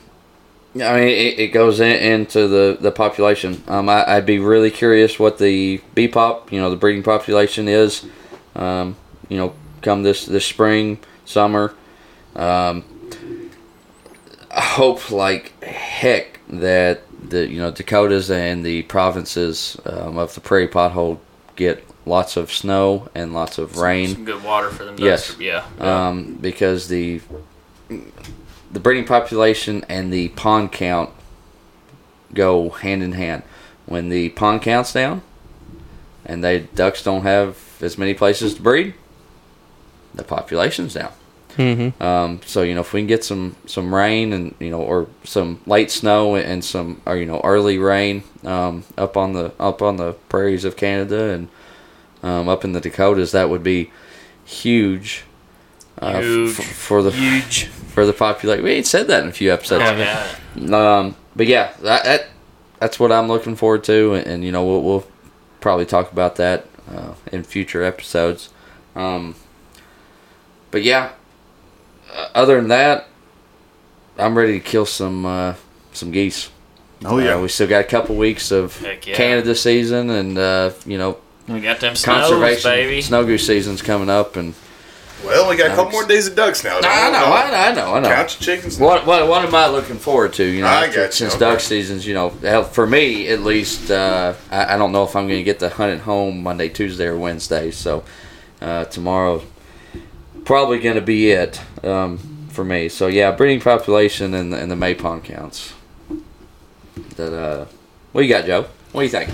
S4: I mean, it, it goes in, into the, the population. Um, I, I'd be really curious what the bee pop, you know, the breeding population is. Um, you know, come this this spring, summer. Um, I hope like heck that the you know Dakotas and the provinces um, of the prairie pothole get lots of snow and lots of rain.
S5: Some good water for them.
S4: Yes.
S5: ducks. Yeah.
S4: um, because the the breeding population and the pond count go hand in hand. When the pond count's down, and they ducks don't have as many places to breed, the population's down.
S3: mhm.
S4: Um, so you know, if we can get some some rain and you know, or some light snow and some or you know early rain um, up on the up on the prairies of Canada and um, up in the Dakotas, that would be huge. Uh,
S2: Huge.
S4: f- for the
S2: Huge.
S4: for the population. We ain't said that in a few episodes.
S3: Yeah.
S5: Yeah.
S4: Um, but yeah, that, that that's what I'm looking forward to, and, and, you know we'll, we'll probably talk about that uh, in future episodes. Um, but yeah, uh, other than that, I'm ready to kill some uh, some geese.
S1: Oh yeah.
S4: Uh, we still got a couple weeks of
S5: Heck yeah.
S4: Canada season, and uh, you know
S5: We got them snows,
S4: conservation
S5: baby.
S4: snow goose season's coming up, and
S1: well, we got a couple
S4: Nice.
S1: more days of ducks now.
S4: I know, I know, I know, I know.
S1: Couch chickens.
S4: What, what what am I looking forward to? You know,
S1: I
S4: after-
S1: got you,
S4: since
S1: okay.
S4: duck season's, you know, hell, for me at least, uh, I, I don't know if I'm going to get to hunt at home Monday, Tuesday, or Wednesday. So uh, tomorrow probably going to be it um, for me. So yeah, breeding population and the, and the maypon counts. That uh, what you got, Joe? What do you think?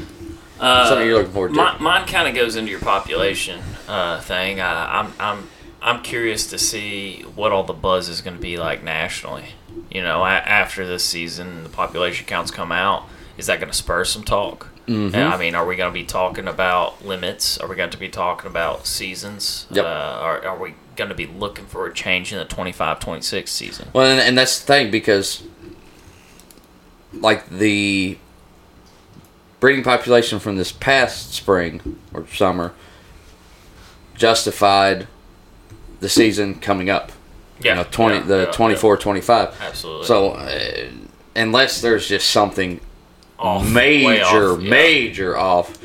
S5: Uh,
S4: Something you're looking forward to?
S5: mi- mine kind of goes into your population uh, thing. I, I'm I'm I'm curious to see what all the buzz is going to be like nationally. You know, a- after this season, the population counts come out. Is that going to spur some talk?
S4: Mhm.
S5: And, I mean, are we going to be talking about limits? Are we going to be talking about seasons?
S4: Yep.
S5: Uh, are, are we going to be looking for a change in the 25-26 season?
S4: Well, and, and that's the thing because, like the breeding population from this past spring or summer justified the season coming up.
S5: Yeah.
S4: you know, twenty
S5: yeah,
S4: the
S5: yeah,
S4: twenty four twenty five.
S5: yeah. Absolutely.
S4: So, uh, unless there's just something
S5: Off, way
S4: major,
S5: off, yeah.
S4: major off,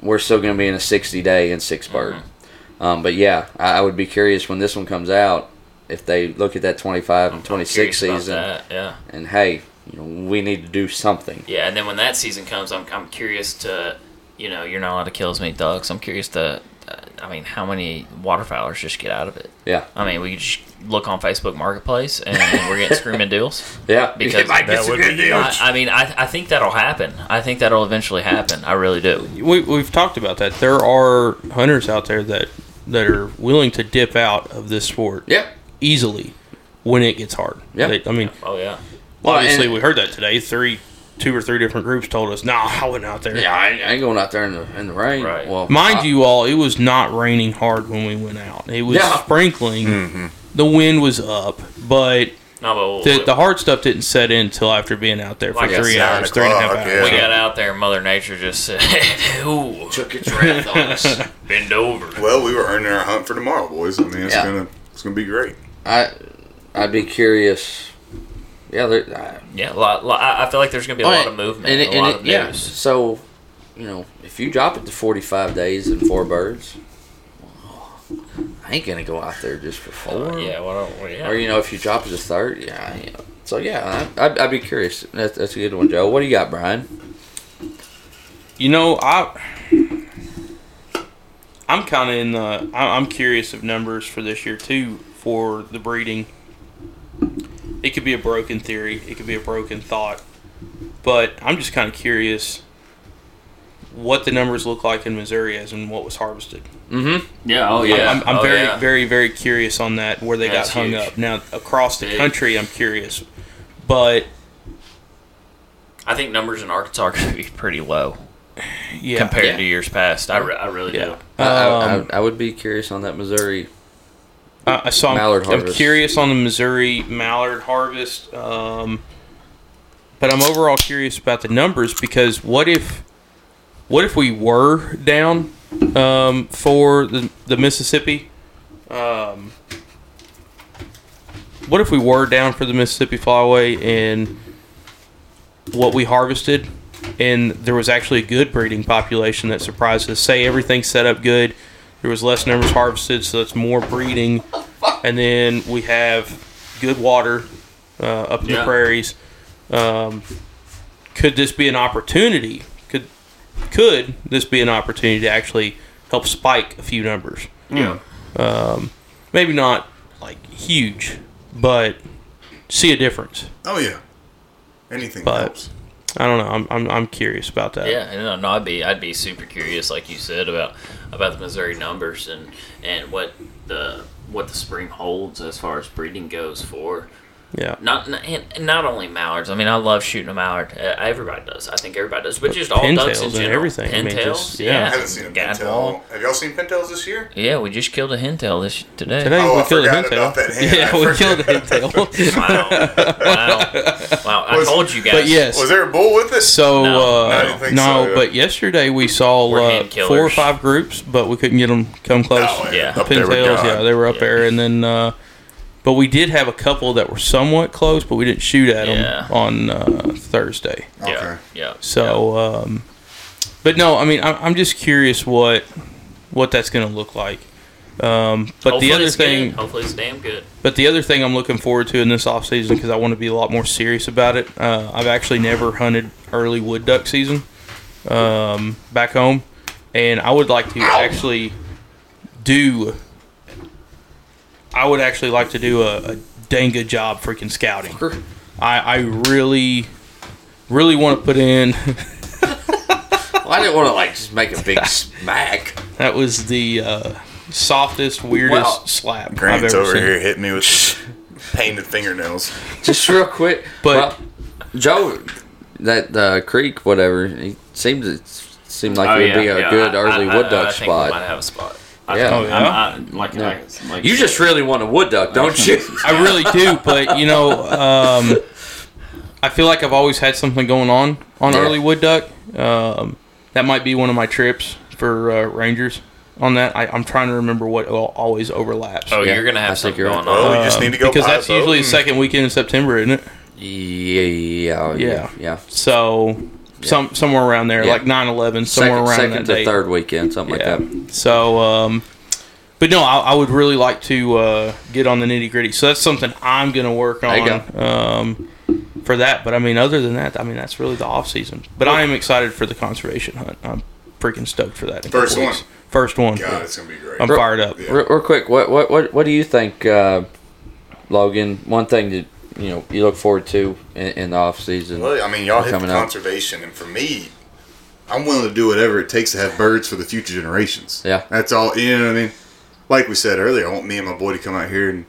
S4: we're still going to be in a 60 day and six bird.
S5: Mm-hmm.
S4: Um, but yeah, I, I would be curious when this one comes out if they look at that 25 and 26
S5: Curious about
S4: season
S5: that, yeah.
S4: and hey, you know, we need to do something.
S5: Yeah, and then when that season comes, I'm, I'm curious to, you know, you're not allowed to kill as many ducks. I'm curious to, uh, I mean, how many waterfowlers just get out of it?
S4: Yeah,
S5: I mean, we just look on Facebook Marketplace and we're getting
S4: (laughs)
S5: screaming deals.
S4: yeah.
S5: (laughs) Because
S1: That would be
S5: I, I mean, I, I think that'll happen. I think that'll eventually happen. I really do.
S3: we, we've talked about that. There are hunters out there that that are willing to dip out of this sport
S4: Yeah.
S3: easily when it gets hard.
S4: Yeah.
S3: They- I mean,
S5: Oh yeah.
S4: Well,
S3: obviously
S4: and-
S3: we heard that today. Three, two or three different groups told us, "Nah, I went out there."
S4: Yeah, I, I ain't going out there in the in the rain.
S5: Right.
S4: Well,
S3: Mind
S4: I-
S3: you, all it was not raining hard when we went out. It was
S4: Yeah. Mm-hmm.
S3: sprinkling. The wind was up, but
S5: No, but
S3: the,
S5: we-
S3: the hard stuff didn't set in until after being out there for
S5: Like I
S3: three
S5: said,
S3: hours, three and a half
S1: o'clock,
S3: hours.
S5: we
S1: yeah.
S5: got out there. Mother Nature just said, (laughs) "Ooh,
S4: took its wrath on us.
S5: (laughs) bend over."
S1: Well, we were earning our hunt for tomorrow, boys. I mean, it's
S4: Yeah.
S1: gonna it's gonna be great.
S4: (laughs) I I'd be curious. Yeah, there, I,
S5: Yeah, lot, lot, I I feel like there's gonna be a lot of movement,
S4: Oh, it-
S5: a lot
S4: it-
S5: of
S4: yeah.
S5: news.
S4: So, you know, if you drop it to forty-five days and four birds, I ain't gonna go out there just for four.
S5: Uh, Yeah, well, well, Oh. yeah.
S4: Or you know, if you drop it to thirty, yeah. yeah. So yeah, I, I'd, I'd be curious. That's, that's a good one, Joe. What do you got, Brian?
S3: You know, I I'm kind of in the I- I'm curious of numbers for this year too for the breeding. It could be a broken theory, it could be a broken thought, but I'm just kind of curious what the numbers look like in Missouri as in what was harvested.
S6: Yeah. Oh yeah.
S3: I'm, I'm
S5: Oh,
S3: very,
S5: yeah.
S3: very, very curious on that where they
S5: That's
S3: got hung
S5: huge.
S3: up. Now across the
S5: Big.
S3: country, I'm curious, but
S5: I think numbers in Arkansas are gonna be pretty low
S3: yeah,
S5: compared
S4: Yeah.
S5: to years past. I, re- I really
S3: yeah.
S4: I- I,
S3: Um,
S4: I, I would be curious on that Missouri.
S3: I I saw.
S4: Mallard
S3: I'm,
S4: harvest.
S3: curious on the Missouri mallard harvest, um, but I'm overall curious about the numbers because what if, what if we were down um, for the, the Mississippi? Um, what if we were down for the Mississippi Flyway and what we harvested, and there was actually a good breeding population that surprised us? Say everything's set up good, there was less numbers harvested, so that's more breeding and then we have good water uh, up in the
S5: Yeah.
S3: prairies. Um, could this be an opportunity? Could could this be an opportunity to actually help spike a few numbers? Um,
S5: do. Yeah.
S3: Maybe not like huge, but see a difference.
S1: Oh yeah, anything
S3: But-
S1: helps.
S3: I don't know. I'm I'm, I'm curious about that.
S5: Yeah, uh, no, no, I'd be I'd be super curious, like you said, about about the Missouri numbers and and what the what the spring holds as far as breeding goes for
S3: Yeah.
S5: not not- and and not only mallards. I mean, I love shooting a mallard. Uh, everybody does. I think everybody does, but just all
S3: pintails
S5: ducks in
S3: and
S5: general.
S3: everything. I mean,
S5: Pintails,
S3: just-
S5: yeah.
S3: yeah.
S1: I haven't seen a
S5: Gadwall.
S1: pintail. Have y'all seen pintails this year?
S5: Yeah, we just killed a hentail this today.
S3: Today
S1: Oh,
S3: we
S1: I
S3: killed a
S1: forgot about that
S3: hentail.
S1: hand.
S3: (laughs) Yeah,
S1: I
S3: we
S1: forgot.
S3: killed a hentail.
S5: Wow,
S3: (laughs)
S5: wow, wow! I
S1: Was-
S5: told you guys.
S3: but yes.
S1: Was Oh, there a bull with us?
S3: So
S5: No.
S3: uh,
S1: I didn't
S3: no,
S1: think so.
S3: but yesterday we saw
S5: We're
S3: uh,
S5: hand killers.
S3: four or five groups, but we couldn't get them come close.
S1: Oh,
S5: Yeah.
S1: Up there with
S3: pintails,
S1: God.
S3: yeah, they were up there, and then uh, but we did have a couple that were somewhat close, but we didn't shoot at them
S5: Yeah.
S3: on uh, Thursday.
S5: yeah,
S1: Okay.
S5: yeah.
S3: So, um, but no, I mean, I'm, I'm just curious what what that's going to look like. Um, but
S5: Hopefully
S3: the other
S5: it's
S3: thing,
S5: good. hopefully it's damn good.
S3: but the other thing I'm looking forward to in this off season because I want to be a lot more serious about it. Uh, I've actually never hunted early wood duck season um, back home, and I would like to actually do. I would actually like to do a, a dang good job freaking scouting. I, I really, really want to put in. (laughs)
S4: Well, I didn't want to like just make a
S3: (laughs)
S4: big smack.
S3: that was the uh, softest, weirdest
S4: Well,
S3: slap
S1: Grant's
S3: I've ever
S1: over
S3: seen.
S1: here hitting me with his
S3: (laughs)
S1: painted fingernails.
S4: just real quick.
S3: But-
S4: well, Joe, that uh, creek, whatever, he seemed to seemed like
S5: Oh,
S4: it would
S5: yeah,
S4: be a
S5: yeah.
S4: good
S5: I-
S4: early
S5: I-
S4: wood
S5: I-
S4: duck
S5: I think we might
S4: spot.
S5: have a spot.
S4: yeah,
S3: Oh, yeah?
S6: I'm,
S5: uh,
S6: I, like, like, like-
S4: you just really want a wood duck, don't you?
S3: I really do, but you know, um, I feel like I've always had something going on on
S4: Yeah.
S3: early wood duck. Um, that might be one of my trips for uh, Rangers. On that, I, I'm trying to remember what al- always overlaps.
S5: Oh,
S4: Yeah,
S5: you're gonna
S4: I
S5: have
S4: think
S5: something
S4: you're
S5: going
S4: right.
S5: on.
S1: Oh, we just need to go
S3: Um, because
S1: buy a
S3: that's usually the
S1: boat.
S3: second weekend in September, isn't it?
S4: (laughs) Yeah,
S3: Yeah.
S4: yeah, yeah.
S3: So some somewhere around there,
S4: Yeah.
S3: like 9-11, somewhere
S4: second
S3: around
S4: second
S3: that
S4: to
S3: date.
S4: third weekend, something
S3: yeah.
S4: like that.
S3: So, um, but no, I, I would really like to uh, get on the nitty gritty. So that's something I'm going to work
S4: There you
S3: on um, for that. But I mean, other than that, I mean that's really the off season. But I am excited for the conservation hunt. I'm freaking stoked for that. in a
S1: First
S3: couple
S1: one.
S3: weeks. First one.
S1: God, it's gonna be great.
S3: I'm fired up.
S1: Yeah.
S4: Real, real quick, what what what what do you think, uh, Logan? One thing that you know you look forward to in, in the off season.
S1: Well, I mean, y'all hit the
S4: Coming up.
S1: conservation, and for me, I'm willing to do whatever it takes to have birds for the future generations.
S4: Yeah.
S1: that's all. You know what I mean? Like we said earlier, I want me and my boy to come out here and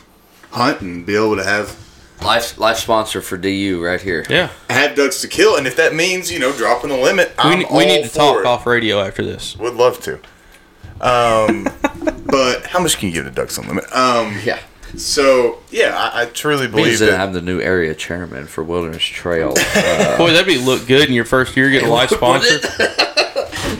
S1: hunt and be able to have
S4: Life life sponsor for DU right
S3: (laughs)
S4: here.
S3: Yeah,
S1: have ducks to kill, and if that means you know dropping the limit,
S3: we,
S1: I'm
S3: ne-
S1: all
S3: we need to
S1: for
S3: talk
S1: it.
S3: off radio after this.
S1: Would love to. Um, (laughs) but how much can you give the ducks on limit? Um,
S4: (laughs) Yeah.
S1: so yeah, I, I truly believe
S4: Means that
S1: that.
S4: I'm the new area chairman for Wilderness Trail. Uh,
S3: Boy, that'd be look good in your first year getting
S1: (laughs)
S3: a live sponsor.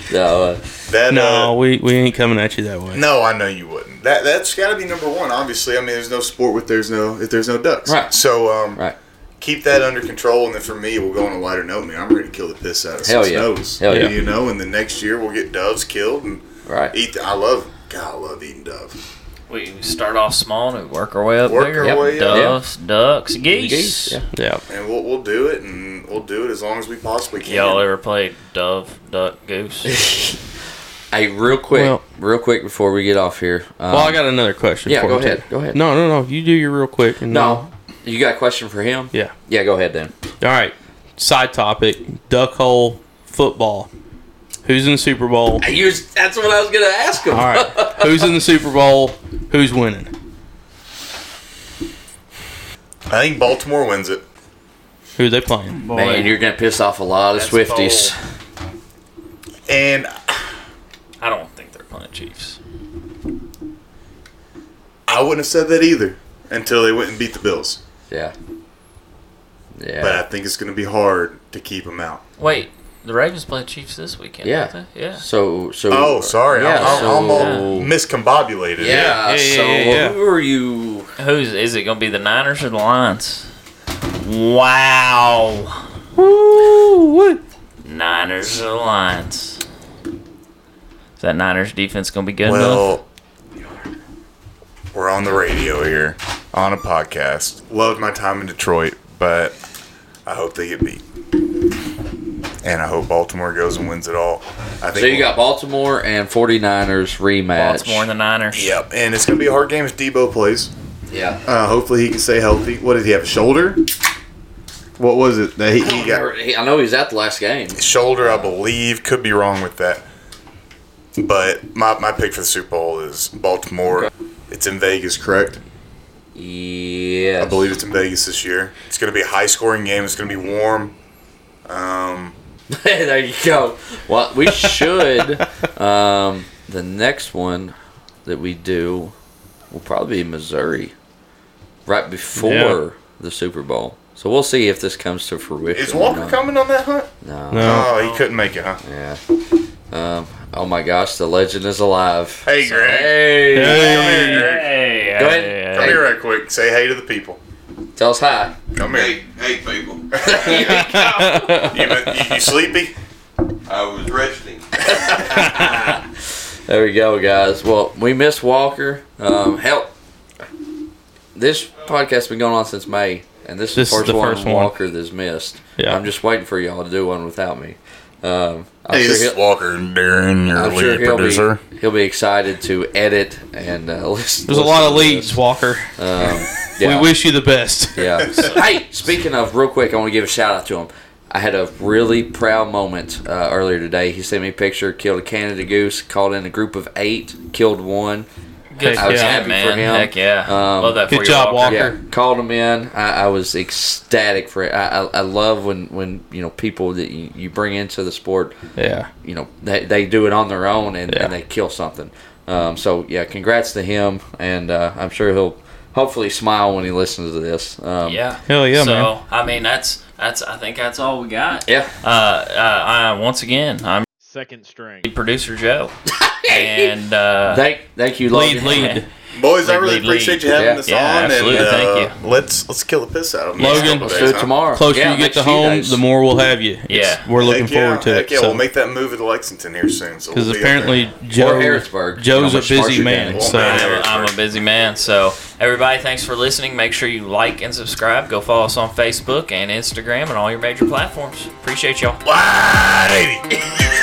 S4: so, uh,
S1: that uh,
S3: No, we, we ain't coming at you that way.
S1: No, I know you wouldn't. That that's got to be number one. Obviously, I mean, there's no sport with there's no if there's no ducks.
S4: Right.
S1: So um,
S4: Right.
S1: keep that under control, and then for me, we'll go on a lighter note. Man, I'm ready to kill the piss out of
S4: Hell
S1: some
S4: yeah.
S1: snows.
S4: Hell yeah.
S1: You know, and the next year we'll get doves killed and
S4: right.
S1: eat. The, I love. God, I love eating dove.
S5: We we start off small and we work our way up
S1: Work
S5: bigger.
S1: our
S3: Oh,
S1: way up.
S5: Ducks, ducks, geese.
S4: Geese, yeah.
S3: Yeah.
S1: And we'll, we'll do it, and we'll do it as long as we possibly can.
S5: Y'all ever played dove, duck,
S4: (laughs)
S5: goose?
S4: Hey, real quick,
S3: Well-
S4: real quick before we get off here. Um,
S3: Well, I got another question.
S4: yeah,
S3: for
S4: go
S3: you, too.
S4: ahead, go ahead.
S3: No, no, no. You do your real quick. and then-
S4: no. You got a question for him?
S3: Yeah.
S4: Yeah, go ahead then.
S3: All right. Side topic: Duck hole football. Who's in the Super Bowl?
S4: (laughs) You was- that's what I was gonna ask him. (laughs)
S3: All right. Who's in the Super Bowl? Who's winning?
S1: I think Baltimore wins it.
S3: Who are they playing?
S4: Man, you're gonna piss off a lot of
S5: That's
S4: Swifties.
S1: And
S5: I don't think they're playing Chiefs.
S1: I wouldn't have said that either until they went and beat the Bills.
S4: Yeah. Yeah.
S1: But I think it's going to be hard to keep them out.
S5: Wait, the Ravens play Chiefs this weekend.
S4: Yeah.
S5: don't they? yeah.
S4: So so.
S1: Oh, sorry.
S4: Yeah.
S1: I'm, I'm,
S4: so,
S1: I'm all miscombobulated.
S4: yeah,
S3: Yeah, yeah,
S4: So
S3: yeah, yeah.
S4: who are you?
S5: Who's is it going to be? The Niners or the Lions? Wow. Niners or the Lions? Is that Niners defense going to be good enough?
S1: Well, we're on the radio here on a podcast. Loved my time in Detroit, but I hope they get beat. And I hope Baltimore goes and wins it all. I think
S4: So you got Baltimore and 49ers rematch.
S5: Baltimore and the Niners.
S1: Yep, and it's gonna be a hard game if Debo plays.
S4: Yeah.
S1: Uh, hopefully he can stay healthy. What did he have? A shoulder? What was it that he, he got?
S4: He- I know he's at the last game.
S1: shoulder, I believe. Could be wrong with that. But my, my pick for the Super Bowl is Baltimore. It's in Vegas, correct?
S4: Yeah.
S1: I believe it's in Vegas this year. It's going to be a high scoring game. It's going to be warm. Um,
S4: (laughs) there you go. Well, we should. um, the next one that we do will probably be Missouri, right before
S3: Yeah.
S4: the Super Bowl. So we'll see if this comes to fruition.
S1: is
S4: or
S1: Walker
S4: not.
S1: coming on that hunt?
S4: No.
S3: No.
S1: Oh, he couldn't make it, huh?
S4: Yeah. Um, oh my gosh, the legend is alive.
S1: Hey, Greg.
S4: Hey.
S1: Come here,
S3: Hey.
S1: Greg.
S5: Hey,
S4: Go
S5: hey,
S4: ahead.
S1: Come
S4: Hey,
S1: here right quick. Say hey to the people.
S4: Tell us hi.
S1: Come here.
S7: Hey, hey, people.
S1: (laughs) You, been- you, you sleepy?
S7: I was resting.
S4: There we go, guys. Well, we missed Walker. Um, help. This podcast's been going on since May, and this,
S3: This
S4: is
S3: is
S4: the first
S3: the
S4: one
S3: first one.
S4: Walker that's missed.
S3: Yeah.
S4: I'm just waiting for y'all to do one without me. Um, I'm
S1: Hey,
S4: sure
S1: this is
S4: he'll,
S1: Walker, Darren, your
S4: I'm sure
S1: lead
S4: he'll
S1: producer.
S4: be he'll be excited to edit and uh, (laughs) listen.
S3: There's a
S4: listen
S3: lot of
S4: to this.
S3: leads, Walker.
S4: Um, yeah.
S3: (laughs) We wish you the best.
S4: Yeah. hey, speaking of, real quick, I want to give a shout out to him. I had a really proud moment uh, earlier today. He sent me a picture, killed a Canada goose, called in a group of eight, killed one.
S5: Good
S4: I
S5: for
S4: was
S5: you,
S4: happy
S5: man.
S4: for him.
S5: Heck yeah.
S4: Um,
S5: Love that for
S3: Good
S5: you,
S3: job, Walker.
S4: Yeah, called him in. I, I was ecstatic for it. I, I, I love when, when you know people that you, you bring into the sport,
S3: Yeah.
S4: you know, they, they do it on their own and,
S3: Yeah.
S4: and they kill something. Um, so yeah, congrats to him, and uh, I'm sure he'll hopefully smile when he listens to this. Um,
S5: Yeah.
S3: Hell yeah,
S5: so,
S3: man.
S5: I mean, that's that's. I think that's all
S3: (laughs)
S5: we got.
S4: yeah.
S5: Uh, uh, I, once again, I'm
S8: Second string.
S4: (laughs)
S5: producer Joe, and uh,
S4: Thank, thank you, Logan.
S3: Lead, lead.
S1: Boys, I
S2: Lead,
S1: really
S2: lead,
S1: appreciate
S2: lead.
S1: you having
S4: Yeah.
S1: us
S2: Yeah,
S1: on.
S2: absolutely.
S1: And, uh,
S2: Thank
S1: Let's let's kill the piss out of them.
S3: Logan,
S1: Couple
S4: Let's do
S1: days,
S4: it
S1: huh?
S4: tomorrow.
S3: Closer
S4: Yeah,
S3: you get
S4: next
S3: to
S4: few
S3: home,
S4: days.
S3: the more we'll have you. It's-
S2: Yeah.
S3: we're looking
S1: Heck yeah,
S3: forward to
S1: heck
S3: it.
S1: Yeah,
S3: so-
S1: we'll make that move to Lexington here soon. So
S3: Because
S1: we'll be up
S3: apparently Joe,
S4: Or Harrisburg.
S3: Joe's
S4: How
S3: a
S4: much smarter
S3: busy
S4: than
S3: man.
S4: it.
S1: Well,
S3: So
S1: man,
S5: I'm a- I'm a busy man. So, everybody, thanks for listening. Make sure you like and subscribe. Go follow us on Facebook and Instagram and all your major platforms. Appreciate y'all.
S1: there. Wide 80.